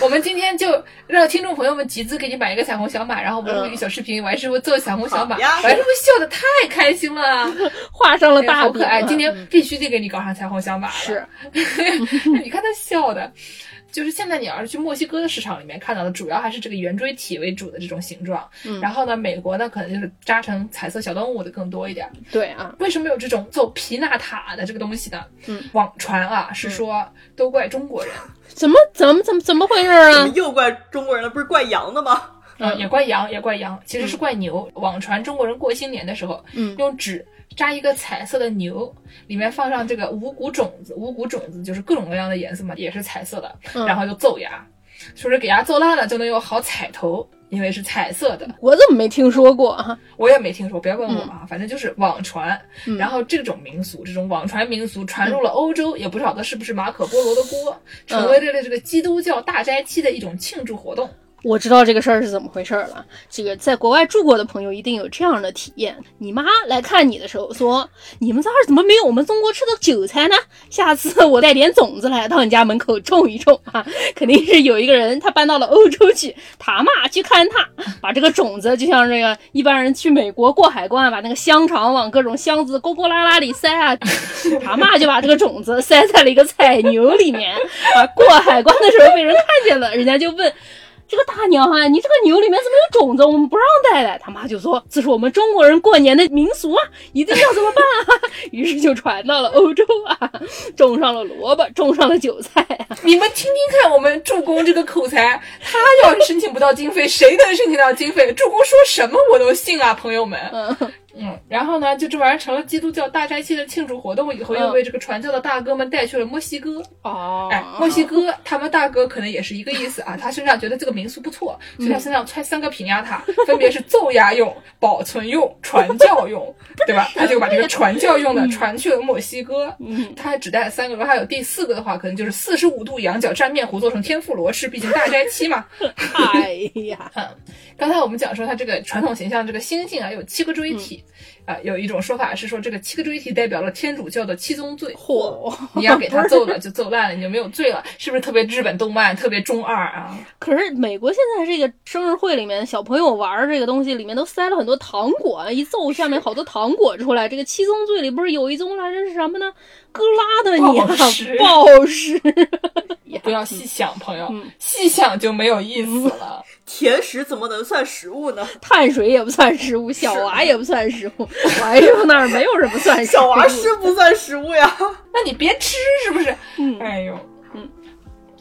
Speaker 2: 我们今天就让听众朋友们集资给你买一个彩虹小马，然后我们录一个
Speaker 3: 嗯
Speaker 2: 小视频，我还师傅做彩虹小马，
Speaker 4: 好
Speaker 2: 我
Speaker 4: 呀
Speaker 2: 还师傅笑的太开心了啊，
Speaker 3: 画上了
Speaker 2: 哎呀
Speaker 3: 大
Speaker 2: 好
Speaker 3: 饼
Speaker 2: 可
Speaker 3: 啊、
Speaker 2: 爱！今天必须得给你搞上彩虹小马了。
Speaker 3: 是，
Speaker 2: 你看他笑的，就是现在你要是去墨西哥的市场里面看到的，主要还是这个圆锥体为主的这种形状。
Speaker 3: 嗯
Speaker 2: 然后呢，美国呢可能就是扎成彩色小动物的更多一点。
Speaker 3: 对啊，
Speaker 2: 为什么有这种做皮纳塔的这个东西呢？
Speaker 3: 嗯，
Speaker 2: 网传啊是说都怪中国人，
Speaker 3: 怎么怎么怎么怎么回事儿
Speaker 4: 怎么
Speaker 3: 啊？
Speaker 4: 又怪中国人了？不是怪羊的吗？
Speaker 2: 啊
Speaker 3: 嗯
Speaker 2: 也怪羊，也怪羊，其实是怪牛。网传中国人过新年的时候
Speaker 3: 嗯
Speaker 2: 用纸。扎一个彩色的牛，里面放上这个五谷种子，五谷种子就是各种各样的颜色嘛，也是彩色的。
Speaker 3: 嗯
Speaker 2: 然后就揍牙，说是给牙揍烂了就能有好彩头，因为是彩色的。
Speaker 3: 我怎么没听说过啊？
Speaker 2: 我也没听说，不要问我啊，反正就是网传。
Speaker 3: 嗯
Speaker 2: 然后这种民俗，这种网传民俗传入了欧洲，也不晓得是不是马可波罗的锅，
Speaker 3: 嗯
Speaker 2: 成为了这个基督教大斋期的一种庆祝活动。
Speaker 3: 我知道这个事儿是怎么回事儿了。这个在国外住过的朋友一定有这样的体验：你妈来看你的时候说，你们这儿怎么没有我们中国吃的韭菜呢？下次我带点种子来到你家门口种一种啊！ 肯定是有一个人他搬到了欧洲去，他妈去看他，把这个种子就像这个一般人去美国过海关，把那个香肠往各种箱子勾勾拉拉里塞啊， 他妈就把这个种子塞在了一个菜牛里面啊。过海关的时候被人看见了，人家就问。这个大娘啊，你这个牛里面怎么有种子？我们不让带来。他妈就说这是我们中国人过年的民俗啊，一定要这么办啊。 于是就传到了欧洲啊，种上了萝卜，种上了韭菜啊。
Speaker 2: 你们听听看，我们助攻这个口才，他要是申请不到经费，谁能申请到经费？助攻说什么我都信啊，朋友们。
Speaker 3: 嗯
Speaker 2: 嗯，然后呢，就这玩意儿成了基督教大斋期的庆祝活动以后，又
Speaker 3: 嗯
Speaker 2: 被这个传教的大哥们带去了墨西哥。
Speaker 3: 哦
Speaker 2: 哎，墨西哥他们大哥可能也是一个意思啊，他身上觉得这个民俗不错，所以他身上揣三个平压塔，分 别是奏压用、保存用、传教用，对吧？他就把这个传教用的传去了墨西哥。
Speaker 3: 嗯，
Speaker 2: 他还只带了三个，如果他有第四个的话，可能就是四十五度仰角蘸面糊做成天妇罗吃，毕竟大斋期嘛。
Speaker 3: 哎呀，
Speaker 2: 刚才我们讲说，它这个传统形象，这个星星啊，有七个锥体，
Speaker 3: 嗯
Speaker 2: 啊、有一种说法是说，这个七个锥体代表了天主教的七宗罪。
Speaker 3: 嚯！
Speaker 2: 你要给他揍了，就揍烂了，你就没有罪了，是不是特别日本动漫，特别中二啊？
Speaker 3: 可是美国现在这个生日会里面，小朋友玩儿这个东西里面都塞了很多糖果，一揍下面好多糖果出来。这个七宗罪里不是有一宗来着是什么呢？哥拉的你啊
Speaker 2: 暴食，
Speaker 3: 暴食，
Speaker 2: 不要细想，朋友
Speaker 3: 嗯，
Speaker 2: 细想就没有意思了。
Speaker 4: 甜食怎么能算食物呢？
Speaker 3: 碳水也不算食物，小娃也不算食物，我还说那儿没有什么算食物。
Speaker 4: 小娃是不算食物呀。
Speaker 2: 那你别吃，是不是？
Speaker 3: 嗯
Speaker 2: 哎呦，
Speaker 3: 嗯。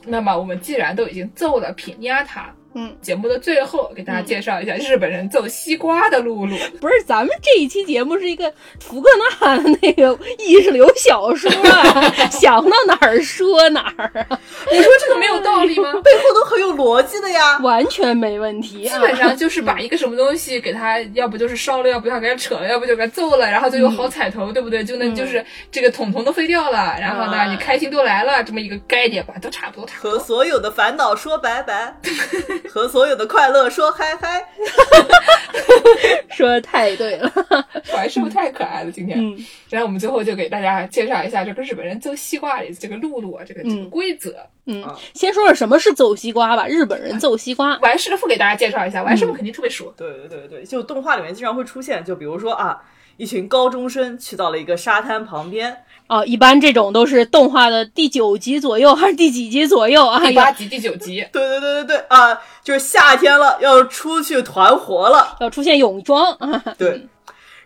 Speaker 2: 那么我们既然都已经揍了品压塔，
Speaker 3: 嗯，
Speaker 2: 节目的最后给大家介绍一下日本人揍西瓜的露 露。
Speaker 3: 不是，咱们这一期节目是一个福克纳的那个意识流小说啊，想到哪儿说哪儿啊，
Speaker 2: 你说这个没有道理吗？
Speaker 4: 背后都很有逻辑的呀。
Speaker 3: 完全没问题
Speaker 2: 基
Speaker 3: 啊。
Speaker 2: 本上就是把一个什么东西给它，要不就是烧了，要不要给它扯了，要不就给它揍了，然后就有
Speaker 3: 嗯
Speaker 2: 好彩头，对不对？就能就是这个桶桶都飞掉了，然后
Speaker 3: 啊
Speaker 2: 呢，你开心都来了，这么一个概念吧，都差不多，差不
Speaker 4: 和
Speaker 2: 多。
Speaker 4: 所有的烦恼说拜拜，和所有的快乐说嗨嗨。
Speaker 3: 说的太对了，
Speaker 2: 白是不是太可爱了？今天，
Speaker 3: 嗯
Speaker 2: 然后我们最后就给大家介绍一下这个日本人揍西瓜里的这个露露啊，这个这个
Speaker 3: 嗯
Speaker 2: 规则。
Speaker 3: 嗯
Speaker 4: 啊，
Speaker 3: 先说说什么是揍西瓜吧。日本人揍西瓜，
Speaker 2: 完师傅给大家介绍一下，完
Speaker 3: 嗯
Speaker 2: 师傅肯定特别熟。
Speaker 4: 对对对对，就动画里面经常会出现，就比如说啊，一群高中生去到了一个沙滩旁边，
Speaker 3: 哦，一般这种都是动画的第九集左右还是第几集左右啊？
Speaker 2: 第
Speaker 3: 要
Speaker 2: 八集、第九集，
Speaker 4: 对对对对对啊，就是夏天了，要出去团活了。
Speaker 3: 要出现泳装啊？
Speaker 4: 对，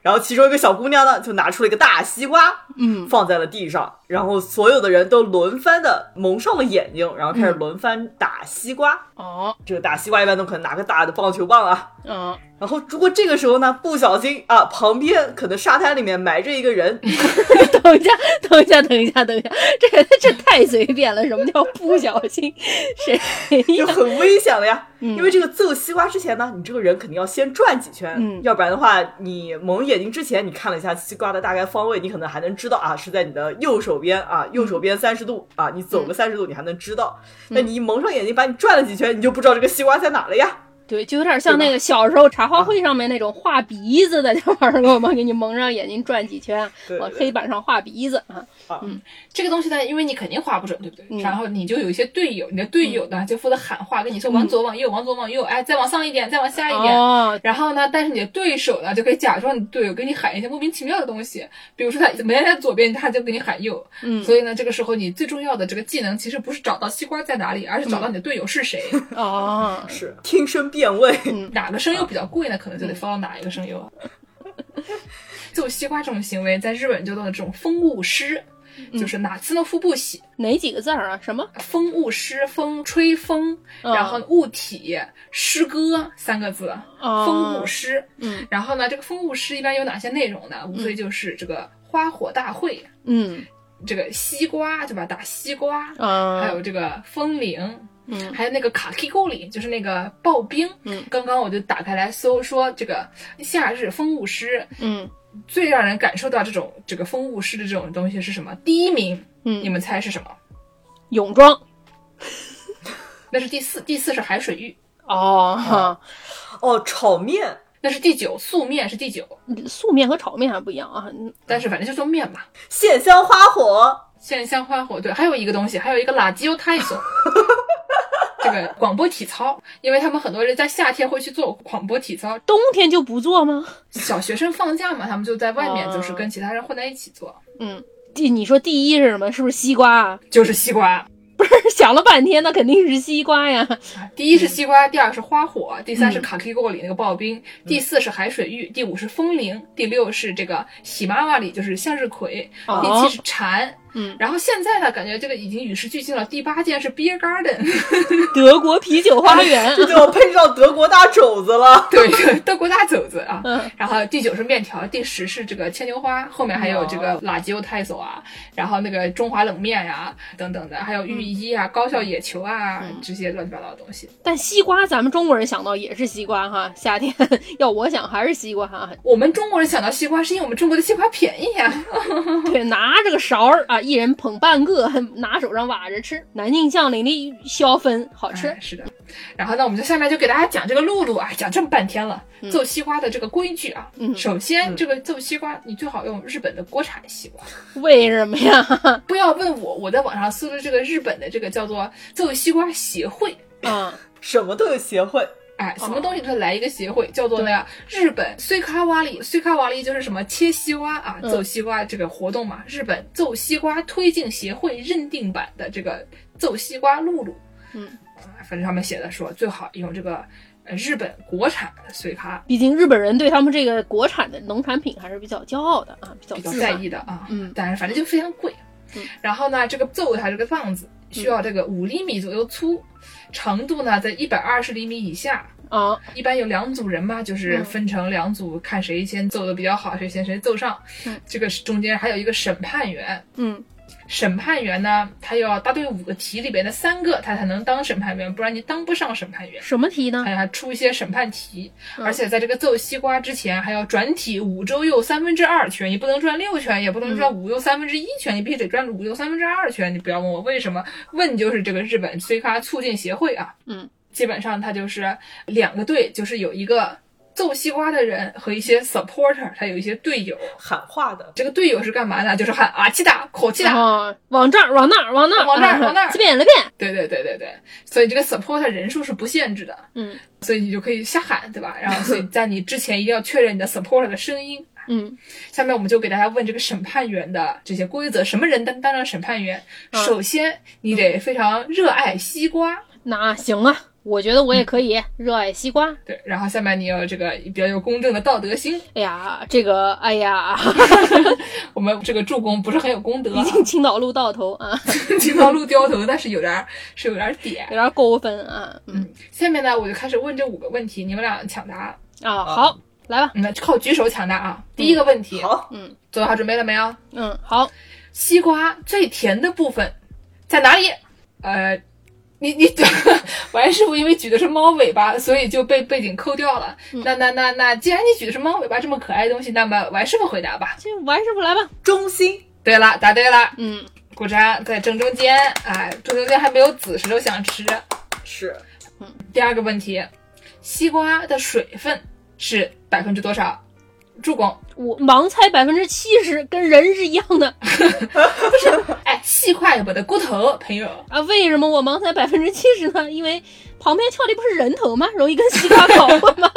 Speaker 4: 然后其中一个小姑娘呢，就拿出了一个大西瓜，
Speaker 3: 嗯，
Speaker 4: 放在了地上，然后所有的人都轮番的蒙上了眼睛，然后开始轮番打西瓜。
Speaker 3: 哦，
Speaker 4: 这个打西瓜一般都可能拿个大的棒球棒啊。
Speaker 3: 嗯，
Speaker 4: 然后如果这个时候呢，不小心啊，旁边可能沙滩里面埋着一个人，
Speaker 3: 等一下，等一下，等一下，等一下，这个这太随便了。什么叫不小心？谁
Speaker 4: 就
Speaker 3: 呀？
Speaker 4: 很危险了呀。
Speaker 3: 嗯
Speaker 4: 因为这个揍西瓜之前呢，你这个人肯定要先转几圈，
Speaker 3: 嗯
Speaker 4: 要不然的话，你蒙眼睛之前你看了一下西瓜的大概方位，你可能还能知道啊是在你的右手边啊，
Speaker 3: 嗯
Speaker 4: 右手边三十度啊，你走个三十度你还能知道。
Speaker 3: 嗯
Speaker 4: 那你一蒙上眼睛把你转了几圈，你就不知道这个西瓜在哪了呀。
Speaker 3: 对，啊就有点像那个小时候茶话会上面那种画鼻子的，就玩过吗？给你蒙上眼睛转几圈，
Speaker 4: 对
Speaker 3: 往嗯
Speaker 4: 对
Speaker 3: 黑板上画鼻子啊。
Speaker 2: 这个东西呢，因为你肯定画不准，对不对？
Speaker 3: 嗯
Speaker 2: 然后你就有一些队友，你的队友呢就负责喊话，跟你说往左、往右、往左、往右，哎，再往上一点，再往下一点。
Speaker 3: 嗯哦，
Speaker 2: 然后呢，但是你的对手呢，就可以假装你队友给你喊一些莫名其妙的东西，比如说他没在左边，他就给你喊右。
Speaker 3: 嗯，
Speaker 2: 所以呢，这个时候你最重要的这个技能其实不是找到西瓜在哪里，而是找到
Speaker 3: 嗯
Speaker 2: 你的队友是 谁，
Speaker 3: 哦，
Speaker 4: 是听声辨位，
Speaker 3: 嗯
Speaker 2: 哪个声优比较贵呢，可能就得放到哪一个声优 啊。就西瓜这种行为，在日本就叫做这种风物诗，
Speaker 3: 嗯
Speaker 2: 就是哪次呢？腹部喜
Speaker 3: 哪几个字儿啊？什么？
Speaker 2: 风物诗，风吹风，
Speaker 3: 嗯
Speaker 2: 然后物体诗歌三个字，
Speaker 3: 哦
Speaker 2: 风物诗。
Speaker 3: 嗯
Speaker 2: 然后呢，这个风物诗一般有哪些内容呢？无非就是这个花火大会，
Speaker 3: 嗯
Speaker 2: 这个西瓜对吧？打西瓜，还
Speaker 3: 啊
Speaker 2: 有这个风铃，
Speaker 3: 嗯
Speaker 2: 还有那个卡 K 沟里，就是那个刨冰。
Speaker 3: 嗯
Speaker 2: 刚刚我就打开来搜，说这个夏日风物诗
Speaker 3: 嗯
Speaker 2: 最让人感受到这种这个风物诗的这种东西是什么？第一名，你
Speaker 3: 嗯，
Speaker 2: 们猜是什么？
Speaker 3: 泳装
Speaker 2: 那是第四，第四是海水浴，
Speaker 3: 哦，哈
Speaker 4: 哦，炒面。
Speaker 2: 那是第九，素面是第九，
Speaker 3: 素面和炒面还不一样啊。嗯
Speaker 2: 但是反正就说面吧。
Speaker 4: 线香花火，
Speaker 2: 线香花火，对，还有一个东西，还有一个垃圾油太 手。这个广播体操，因为他们很多人在夏天会去做广播体操，
Speaker 3: 冬天就不做吗？
Speaker 2: 小学生放假嘛，他们就在外面，就是
Speaker 3: 哦
Speaker 2: 跟其他人混在一起做，
Speaker 3: 嗯，第你说第一是什么？是不是西瓜啊？
Speaker 2: 就是西瓜。
Speaker 3: 想了半天，那肯定是西 瓜呀。
Speaker 2: 第一是西瓜，第二是花火，第三是卡 K 锅里那个刨冰，第四是海水浴，第五是风铃，第六是这个喜妈妈里就是向日葵，
Speaker 3: 哦
Speaker 2: 第七是蝉。
Speaker 3: 嗯
Speaker 2: 然后现在呢，感觉这个已经与时俱进了。第八件是 Beer Garden，
Speaker 3: 德国啤酒花
Speaker 2: 哎
Speaker 3: 园。
Speaker 4: 这就要配上德国大肘子 了。
Speaker 2: 对，德国大肘子啊。
Speaker 3: 嗯
Speaker 2: 然后第九是面条，第十是这个牵牛花，后面还有这个辣鸡肉太手啊，然后那个中华冷面呀、等等的，还有浴衣
Speaker 3: 嗯
Speaker 2: 啊、高校野球啊、这些乱七八糟的东西。
Speaker 3: 但西瓜，咱们中国人想到也是西瓜哈。夏天要我想还是西瓜哈。
Speaker 2: 我们中国人想到西瓜，是因为我们中国的西瓜便宜呀、啊
Speaker 3: 嗯对，拿着个勺儿啊，一人捧半个， 拿手上挖着吃。南京巷里的消分好吃
Speaker 2: 哎。是的。然后呢，我们就下面就给大家讲这个露露啊，讲这么半天了，揍西瓜的这个规矩啊。
Speaker 3: 嗯
Speaker 2: 首先，
Speaker 4: 嗯
Speaker 2: 这个揍西瓜你最好用日本的国产西瓜，
Speaker 3: 为什么呀？
Speaker 2: 不要问我，我在网上搜的这个日本的这个叫做揍西瓜协会。
Speaker 3: 啊，
Speaker 4: 什么都有协会，
Speaker 2: 哎，
Speaker 3: 哦
Speaker 2: 什么东西都来一个协会，叫做那个日本碎卡瓦里，碎卡瓦里就是什么切西瓜啊、
Speaker 3: 嗯
Speaker 2: 揍西瓜这个活动嘛。日本揍西瓜推进协会认定版的这个揍西瓜露露，
Speaker 3: 嗯
Speaker 2: 啊，反正上面写的说最好用这个呃日本国产的碎卡，
Speaker 3: 毕竟日本人对他们这个国产的农产品还是比较骄傲的啊，比较
Speaker 2: 比较
Speaker 3: 自
Speaker 2: 在
Speaker 3: 豪。
Speaker 2: 意的啊，
Speaker 3: 嗯
Speaker 2: 但是反正就非常贵。
Speaker 3: 嗯
Speaker 2: 然后呢，这个揍它这个棒子需要这个五厘米左右粗，长度呢在一百二十厘米以下，
Speaker 3: 啊，
Speaker 2: 一般有两组人嘛，就是
Speaker 3: 嗯
Speaker 2: 分成两组，看谁先揍的比较好，谁先谁揍上。
Speaker 3: 嗯
Speaker 2: 这个是中间还有一个审判员，
Speaker 3: 嗯
Speaker 2: 审判员呢，他要答对五个题里边的三个，他才能当审判员，不然你当不上审判员。
Speaker 3: 什么题呢
Speaker 2: 还？要出一些审判题，
Speaker 3: 嗯
Speaker 2: 而且在这个揍西瓜之前，还要转体五周右三分之二圈，你不能转六圈，也不能
Speaker 3: 嗯
Speaker 2: 转五右三分之一圈，你必须得转五右三分之二圈。你不要问我为什么，问就是这个日本碎咖促进协会啊，
Speaker 3: 嗯，
Speaker 2: 基本上它就是两个队，就是有一个。揍西瓜的人和一些 supporter，他有一些队友。
Speaker 4: 喊话的，
Speaker 2: 这个队友是干嘛呢？就是喊啊气打口气打，
Speaker 3: 啊，往这儿，往那儿，往那儿，啊
Speaker 2: 往那儿往那儿
Speaker 3: 这边那边，
Speaker 2: 对对对对对，所以这个 supporter 人数是不限制的，
Speaker 3: 嗯
Speaker 2: 所以你就可以瞎喊，对吧？然后所以在你之前一定要确认你的 supporter 的声音。
Speaker 3: 嗯，
Speaker 2: 下面我们就给大家问这个审判员的这些规则，什么人担当上审判员？
Speaker 3: 嗯
Speaker 2: 首先，你得非常热爱西瓜，
Speaker 3: 那行啊，我觉得我也可以热爱西瓜。
Speaker 2: 对，然后下面你有这个比较有公正的道德心。
Speaker 3: 哎呀，这个，哎 呀，
Speaker 2: 我们这个助攻不是很有功德、啊
Speaker 3: 已，经青岛路到头啊，
Speaker 2: 经常路掉头，但是有点儿是有点儿点
Speaker 3: 有。点过分啊。嗯
Speaker 2: 嗯，下面呢，我就开始问这五个问题，你们俩抢答，
Speaker 3: 啊，好，来吧，
Speaker 2: 嗯，那靠举手抢答啊。第一个问题，
Speaker 4: 好，
Speaker 2: 做好准备了没有？
Speaker 3: 嗯，好，
Speaker 2: 西瓜最甜的部分在哪里？呃，你你 王师傅因为举的是猫尾巴，所以就被背景扣掉了。那那那那，既然你举的是猫尾巴这么可爱的东西，那么王师傅回答吧。
Speaker 3: 这王师傅来吧。
Speaker 4: 中心
Speaker 2: 对了，答对了，
Speaker 3: 嗯，
Speaker 2: 鼓掌，在正中间，哎，正中间还没有籽，谁都想吃。
Speaker 4: 是
Speaker 2: 第二个问题，西瓜的水分是百分之多少？助攻，
Speaker 3: 我盲猜百分之七十，跟人是一样的
Speaker 2: 哎，细块我的骨头，朋友。
Speaker 3: 啊。为什么我盲猜百分之七十呢？因为旁边翘的不是人头吗？容易跟西瓜搞混吗？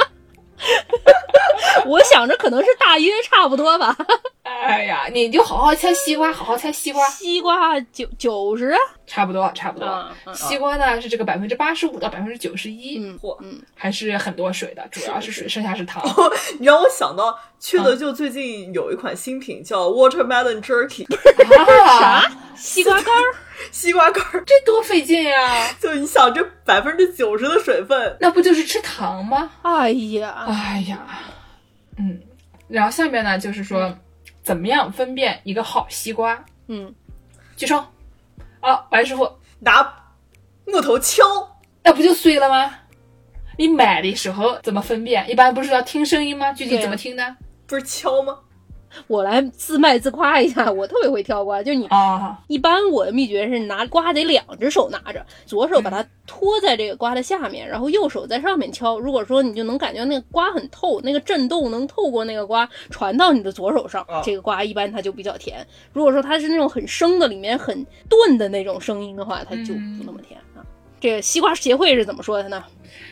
Speaker 3: 我想着可能是大约差不多吧。
Speaker 2: 哎呀，你就好好猜西瓜，好好猜西瓜，
Speaker 3: 西瓜九九十
Speaker 2: 差不多，差不多。
Speaker 3: 啊，啊
Speaker 2: 西瓜呢是这个百分之八十五到百分之九十一，
Speaker 3: 嗯
Speaker 4: 嚯！
Speaker 3: 嗯，
Speaker 2: 还是很多水的，主要是水，剩下是糖。
Speaker 3: 哦
Speaker 4: 你让我想到缺
Speaker 3: 嗯
Speaker 4: 德就最近有一款新品叫 Watermelon Jerky，
Speaker 2: 啊，
Speaker 3: 西瓜干儿，
Speaker 4: 西瓜干儿。
Speaker 2: 这多费劲呀、
Speaker 4: 就你想这百分之九十的水分，
Speaker 2: 那不就是吃糖吗？
Speaker 3: 哎呀，
Speaker 2: 哎呀，嗯，然后下面呢就是说，怎么样分辨一个好西瓜？
Speaker 3: 嗯，
Speaker 2: 举手。啊，白师傅，
Speaker 4: 拿木头敲，
Speaker 2: 那不就碎了吗？你买的时候怎么分辨？一般不是要听声音吗？具体
Speaker 3: 对啊
Speaker 2: 怎么听呢？
Speaker 4: 不是敲吗？
Speaker 3: 我来自卖自夸一下，我特别会挑瓜，就是你
Speaker 2: 啊，
Speaker 3: 一般我的秘诀是拿瓜得两只手拿着，左手把它托在这个瓜的下面，然后右手在上面敲。如果说你就能感觉那个瓜很透，那个震动能透过那个瓜传到你的左手上
Speaker 4: 啊，
Speaker 3: 这个瓜一般它就比较甜。如果说它是那种很生的，里面很钝的那种声音的话，它就
Speaker 2: 嗯
Speaker 3: 不那么甜啊。这个西瓜协会是怎么说的呢？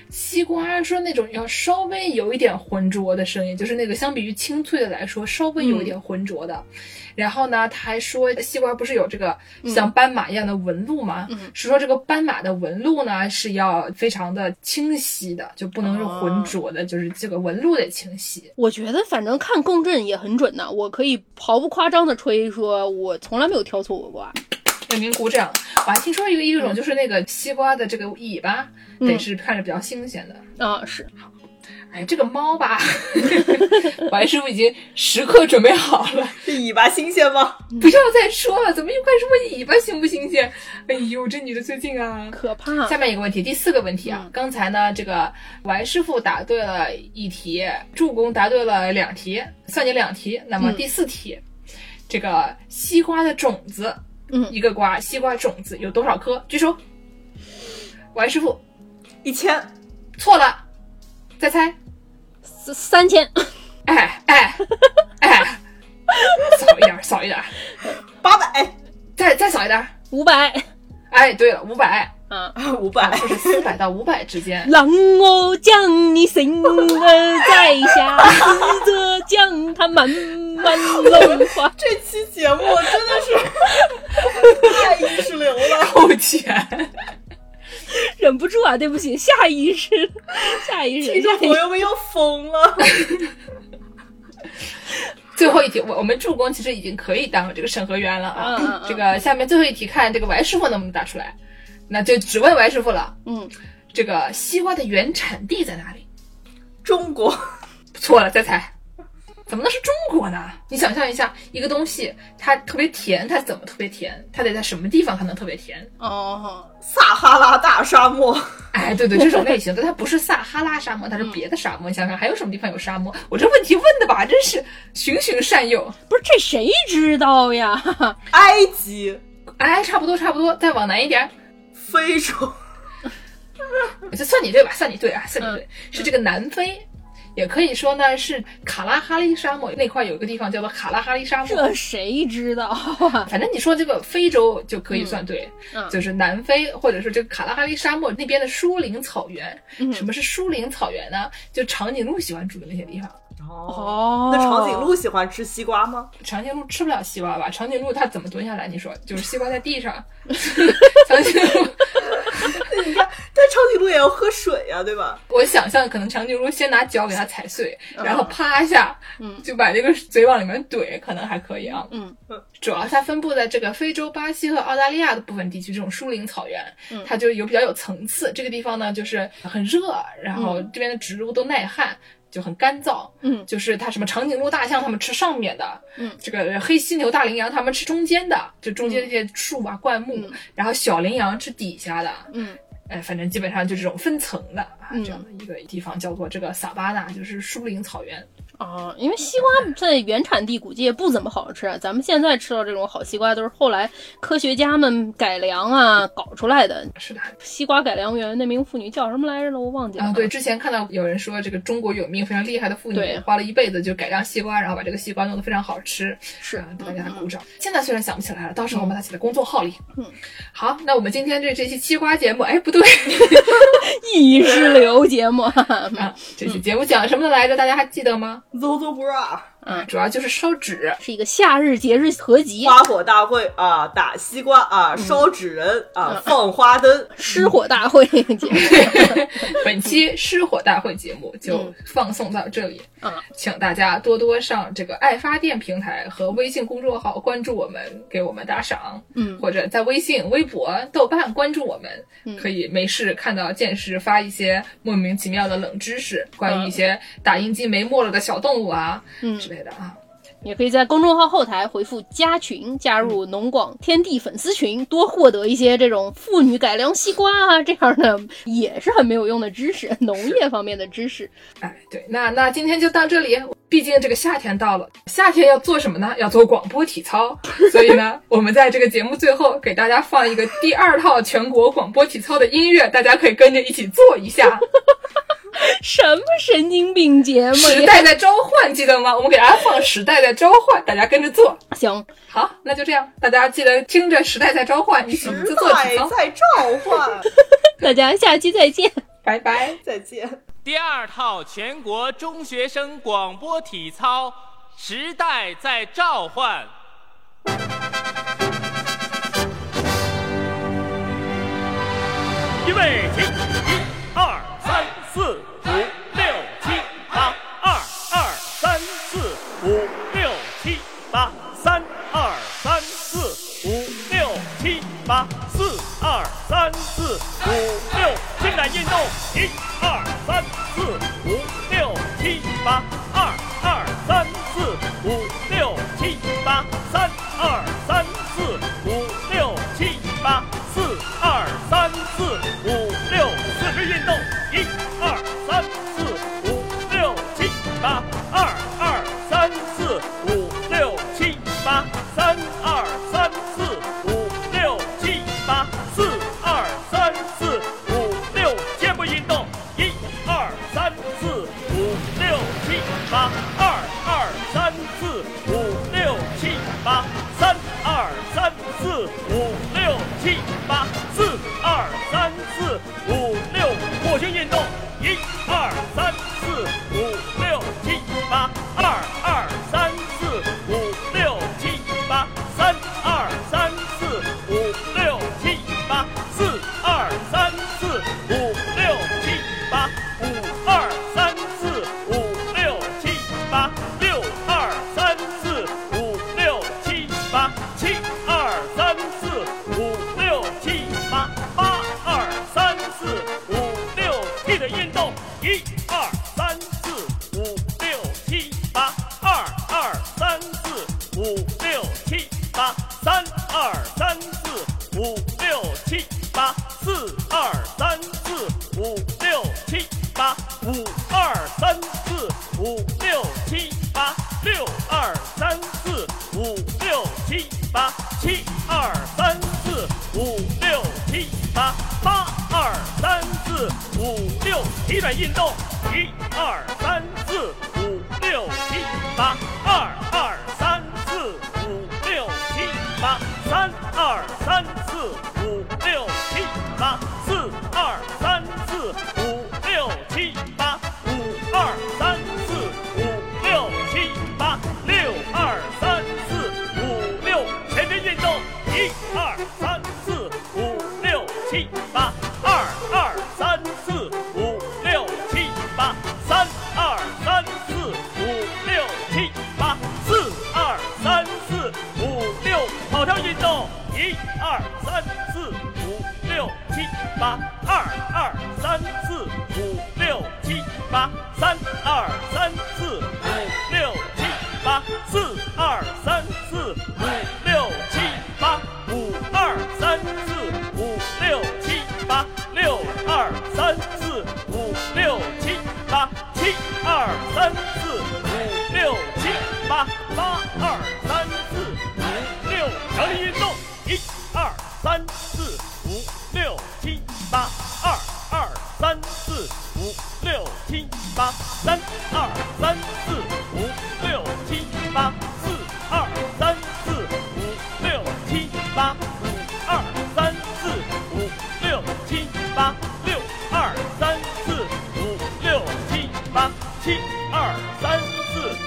Speaker 2: 西瓜说那种要稍微有一点浑浊的声音，就是那个相比于清脆的来说，稍微有一点浑浊的。
Speaker 3: 嗯
Speaker 2: 然后呢，他还说西瓜不是有这个像斑马一样的纹路吗？
Speaker 3: 嗯
Speaker 2: 是说这个斑马的纹路呢是要非常的清晰的，就不能是浑浊的，就是这个纹路得清晰。
Speaker 3: 我觉得反正看共振也很准呐、我可以毫不夸张的吹说，我从来没有挑错过瓜。
Speaker 2: 为您鼓掌。我还听说一个一种就是那个西瓜的这个尾巴、
Speaker 3: 嗯
Speaker 2: 得是看着比较新鲜的。
Speaker 3: 啊，是
Speaker 2: 哎，这个猫吧， 白师傅已经时刻准备好了。
Speaker 4: 这尾巴新鲜吗？
Speaker 2: 不要再说了，怎么又开始问尾巴新不新鲜？哎呦，这女的最近啊。
Speaker 3: 可怕
Speaker 2: 下。面一个问题，第四个问题啊，刚才呢，这个王师傅答对了一题，助攻答对了两题，算你两题。那么
Speaker 3: 嗯
Speaker 2: 第四题，这个西瓜的种子，
Speaker 3: 嗯
Speaker 2: 一个瓜，西瓜种子有多少颗？举手。王师傅
Speaker 4: 一千，
Speaker 2: 错了，再猜。
Speaker 3: 三三千，
Speaker 2: 哎哎哎，少一点，少一点，
Speaker 4: 八百，
Speaker 2: 再再少一点。
Speaker 3: 五百
Speaker 2: 哎，对了，五百。
Speaker 3: 啊。
Speaker 4: 五百，
Speaker 2: 就是四百到五百之间。
Speaker 3: 让我将你心儿摘下，试着将它慢慢融化。
Speaker 4: 这期节目真的是 太意识 流了。
Speaker 2: 扣钱，
Speaker 3: 忍不住啊，对不起，下意识，下意 识，
Speaker 4: 听
Speaker 3: 下
Speaker 4: 众
Speaker 3: 意
Speaker 4: 朋
Speaker 3: 识。
Speaker 4: 友们要疯了，
Speaker 2: 最后一题，我我们助攻其实已经可以当这个审核员了啊。
Speaker 3: 嗯嗯嗯
Speaker 2: 这个下面最后一题，看这个王师傅能不能答出来，那就只问王师傅了。
Speaker 3: 嗯，
Speaker 2: 这个西瓜的原产地在哪里？
Speaker 4: 中国
Speaker 2: 错了，再猜，怎么能是中国呢？你想象一下，一个东西它特别甜，它怎么特别甜？它得在什么地方才能特别甜？
Speaker 3: 哦，
Speaker 4: 撒哈拉大沙漠，
Speaker 2: 哎，对对，这种类型，但它不是撒哈拉沙漠，它是别的沙漠。你想想，还有什么地方有沙漠？我这问题问的吧，真是循循善诱。
Speaker 3: 不是这谁知道 呀？
Speaker 4: 埃及，
Speaker 2: 哎，差不多差不多，再往南一点，
Speaker 3: 嗯
Speaker 4: 非洲，
Speaker 3: 嗯
Speaker 2: 就算你对吧？算你对啊，算你对，是这个南非。也可以说呢是卡拉哈里沙漠那块有一个地方叫做卡拉哈里沙漠
Speaker 3: 这。谁知道啊？
Speaker 2: 反正你说这个非洲就可以算对，
Speaker 3: 嗯嗯
Speaker 2: 就是南非或者是这个卡拉哈里沙漠那边的疏林草原。
Speaker 3: 嗯
Speaker 2: 什么是疏林草原呢？就长颈鹿喜欢住的那些地方。
Speaker 4: 哦，
Speaker 3: 哦，
Speaker 4: 那长颈鹿喜欢吃西瓜吗？
Speaker 2: 长颈鹿吃不了西瓜吧？长颈鹿它怎么蹲下来？你说，就是西瓜在地 上， 长颈鹿。
Speaker 4: 你看，但长颈鹿也要喝水呀、对吧？
Speaker 2: 我想象可能长颈鹿先拿脚给它踩碎，
Speaker 3: 嗯
Speaker 2: 然后啪一下，
Speaker 3: 嗯
Speaker 2: 就把这个嘴往里面怼，可能还可以啊。
Speaker 3: 嗯
Speaker 4: 嗯
Speaker 2: 主要它分布在这个非洲、巴西和澳大利亚的部分地区，这种疏林草原，
Speaker 3: 嗯
Speaker 2: 它就有比较有层次。这个地方呢，就是很热，然后这边的植物都耐旱，就很干燥。
Speaker 3: 嗯
Speaker 2: 就是它什么长颈鹿、大象，它们吃上面的，
Speaker 3: 嗯
Speaker 2: 这个黑犀牛、大羚羊，它们吃中间的，就中间这些树啊、灌木，
Speaker 3: 嗯
Speaker 2: 然后小羚羊吃底下的，
Speaker 3: 嗯
Speaker 2: 哎，反正基本上就这种分层的啊，
Speaker 3: 嗯
Speaker 2: 这样的一个地方叫做这个撒巴纳，就是树林草原。
Speaker 3: 哦，因为西瓜在原产地估计也不怎么好吃，啊咱们现在吃到这种好西瓜都是后来科学家们改良啊搞出来的。
Speaker 2: 是的，
Speaker 3: 西瓜改良园那名妇女叫什么来着了？我忘记了。
Speaker 2: 啊，对，之前看到有人说这个中国有名非常厉害的妇
Speaker 3: 嗯对
Speaker 2: 女，花了一辈子就改良西瓜，然后把这个西瓜弄得非常好吃，
Speaker 3: 是嗯
Speaker 2: 啊，大家鼓掌。现在虽然想不起来了，到时候我把它写在公众号里。
Speaker 3: 嗯，
Speaker 2: 好，那我们今天这这期西瓜节目，哎，不对
Speaker 3: 意识流节目。
Speaker 2: 啊，这期节目讲什么的来着？大家还记得吗？
Speaker 4: 搜搜 bra，
Speaker 2: 主要就是烧纸。
Speaker 3: 是一个夏日节日合集，
Speaker 4: 花火大会啊，打西瓜啊，烧纸人啊，放花灯。
Speaker 3: 失火大 会节目。
Speaker 2: 本期失火大会节目就放送到这里，
Speaker 3: 嗯
Speaker 2: 请大家多多上这个爱发电平台和微信公众号关注我们，给我们打赏，
Speaker 3: 嗯
Speaker 2: 或者在微信、微博、豆瓣关注我们，
Speaker 3: 嗯
Speaker 2: 可以没事看到剑师发一些莫名其妙的冷知识，关于一些打印机没墨了的小动物啊、
Speaker 3: 嗯
Speaker 2: 之类的啊。
Speaker 3: 也可以在公众号后台回复“加群”，加入农广天地粉丝群，多获得一些这种妇女改良西瓜啊这样的也是很没有用的知识，农业方面的知识。
Speaker 2: 哎，对，那那今天就到这里。毕竟这个夏天到了，夏天要做什么呢？要做广播体操。所以呢，我们在这个节目最后给大家放一个第二套全国广播体操的音乐，大家可以跟着一起做一 下。
Speaker 3: 什么神经病节目
Speaker 2: 时
Speaker 3: 呀？
Speaker 2: 代在召唤，记得吗？我们给大家放《时代在召唤》，大家跟着做。
Speaker 3: 行，
Speaker 2: 好，那就这样，大家记得听着《时代在召唤》，一起
Speaker 4: 时
Speaker 2: 做体
Speaker 4: 代
Speaker 2: 操。
Speaker 4: 在召唤，
Speaker 3: 大家下期再见。
Speaker 2: 拜拜。
Speaker 4: 再见。
Speaker 5: 第二套全国中学生广播体操，时代在召唤。预备起，一、二、三、四、五、六、七、八，二、二、三、四、五、六、七、八，三、二、三、四、五、六、七、八，四、二、三、四、五、六，伸展运动，一、二、三、四、五、六、七、八，二、二、三、四、五、六、七、八，三、二、三、四、五、六、七、八，四、二、三、四、五、六，四肢运动，一、二、三、四、五、六、七、八，二、二、三、四、五、六、七、八，三、二、三、四、五、六、七、八，四、二、三、四、五、六，肩部运动，一、二、三、四、五、六、七、八，二、二、三、四、五、六、七、八，三、二、三、四、五、六、七、八，四、二、三、四、五、六，火星运动，一、二、三、四、五、六、七、八，二、二、三、四、五、六、七、八，三、二、三、四、五、六、七、八，四、二、三、四、五、六、七、八，五、二、三、四、五、六、七、八，六、二、三、四、五、六、七、八，七、二、三、四、五、六、七、八，八、二、三、四、五、六，记得运动，一、二、三、四、五、六、七、八，二、二、三、四、五、六、七、八，三、二、三、四、五、六、七、八，四、二、三、四、五、六、七、八，五、二、三、四、五、六、七、八，六、二、三、四、五、六、七、八，七、二、三、四、五、六、七、八，八、二、三、四、五、六，体转运动。一二三四五六七八，二二三四五六七八，三二三四五六七八，四二三四五六七八，五二三四五六七八，六二三四五六，全身运动，一二三四五六七八，二二三四五六七八，三二三四五六七八，四二三四五六，跑跳运动，哦一二三四五六七八，二二三四五六七八，三二三四五六七八，四二三四五六七八，五二三四五六七八，六二三四五六七八，七二三四五六七八，八二三四五六，强力运动，一二三四五六七八，二二三四五六七八，三二三四五六七八，四二三四五六七八，五二三四五六七八，六二三四五六七八，七二三四五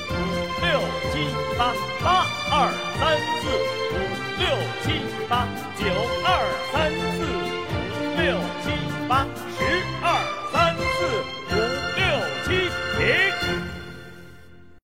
Speaker 5: 六七八，八二三四五六七八，九二三四五六七八，十。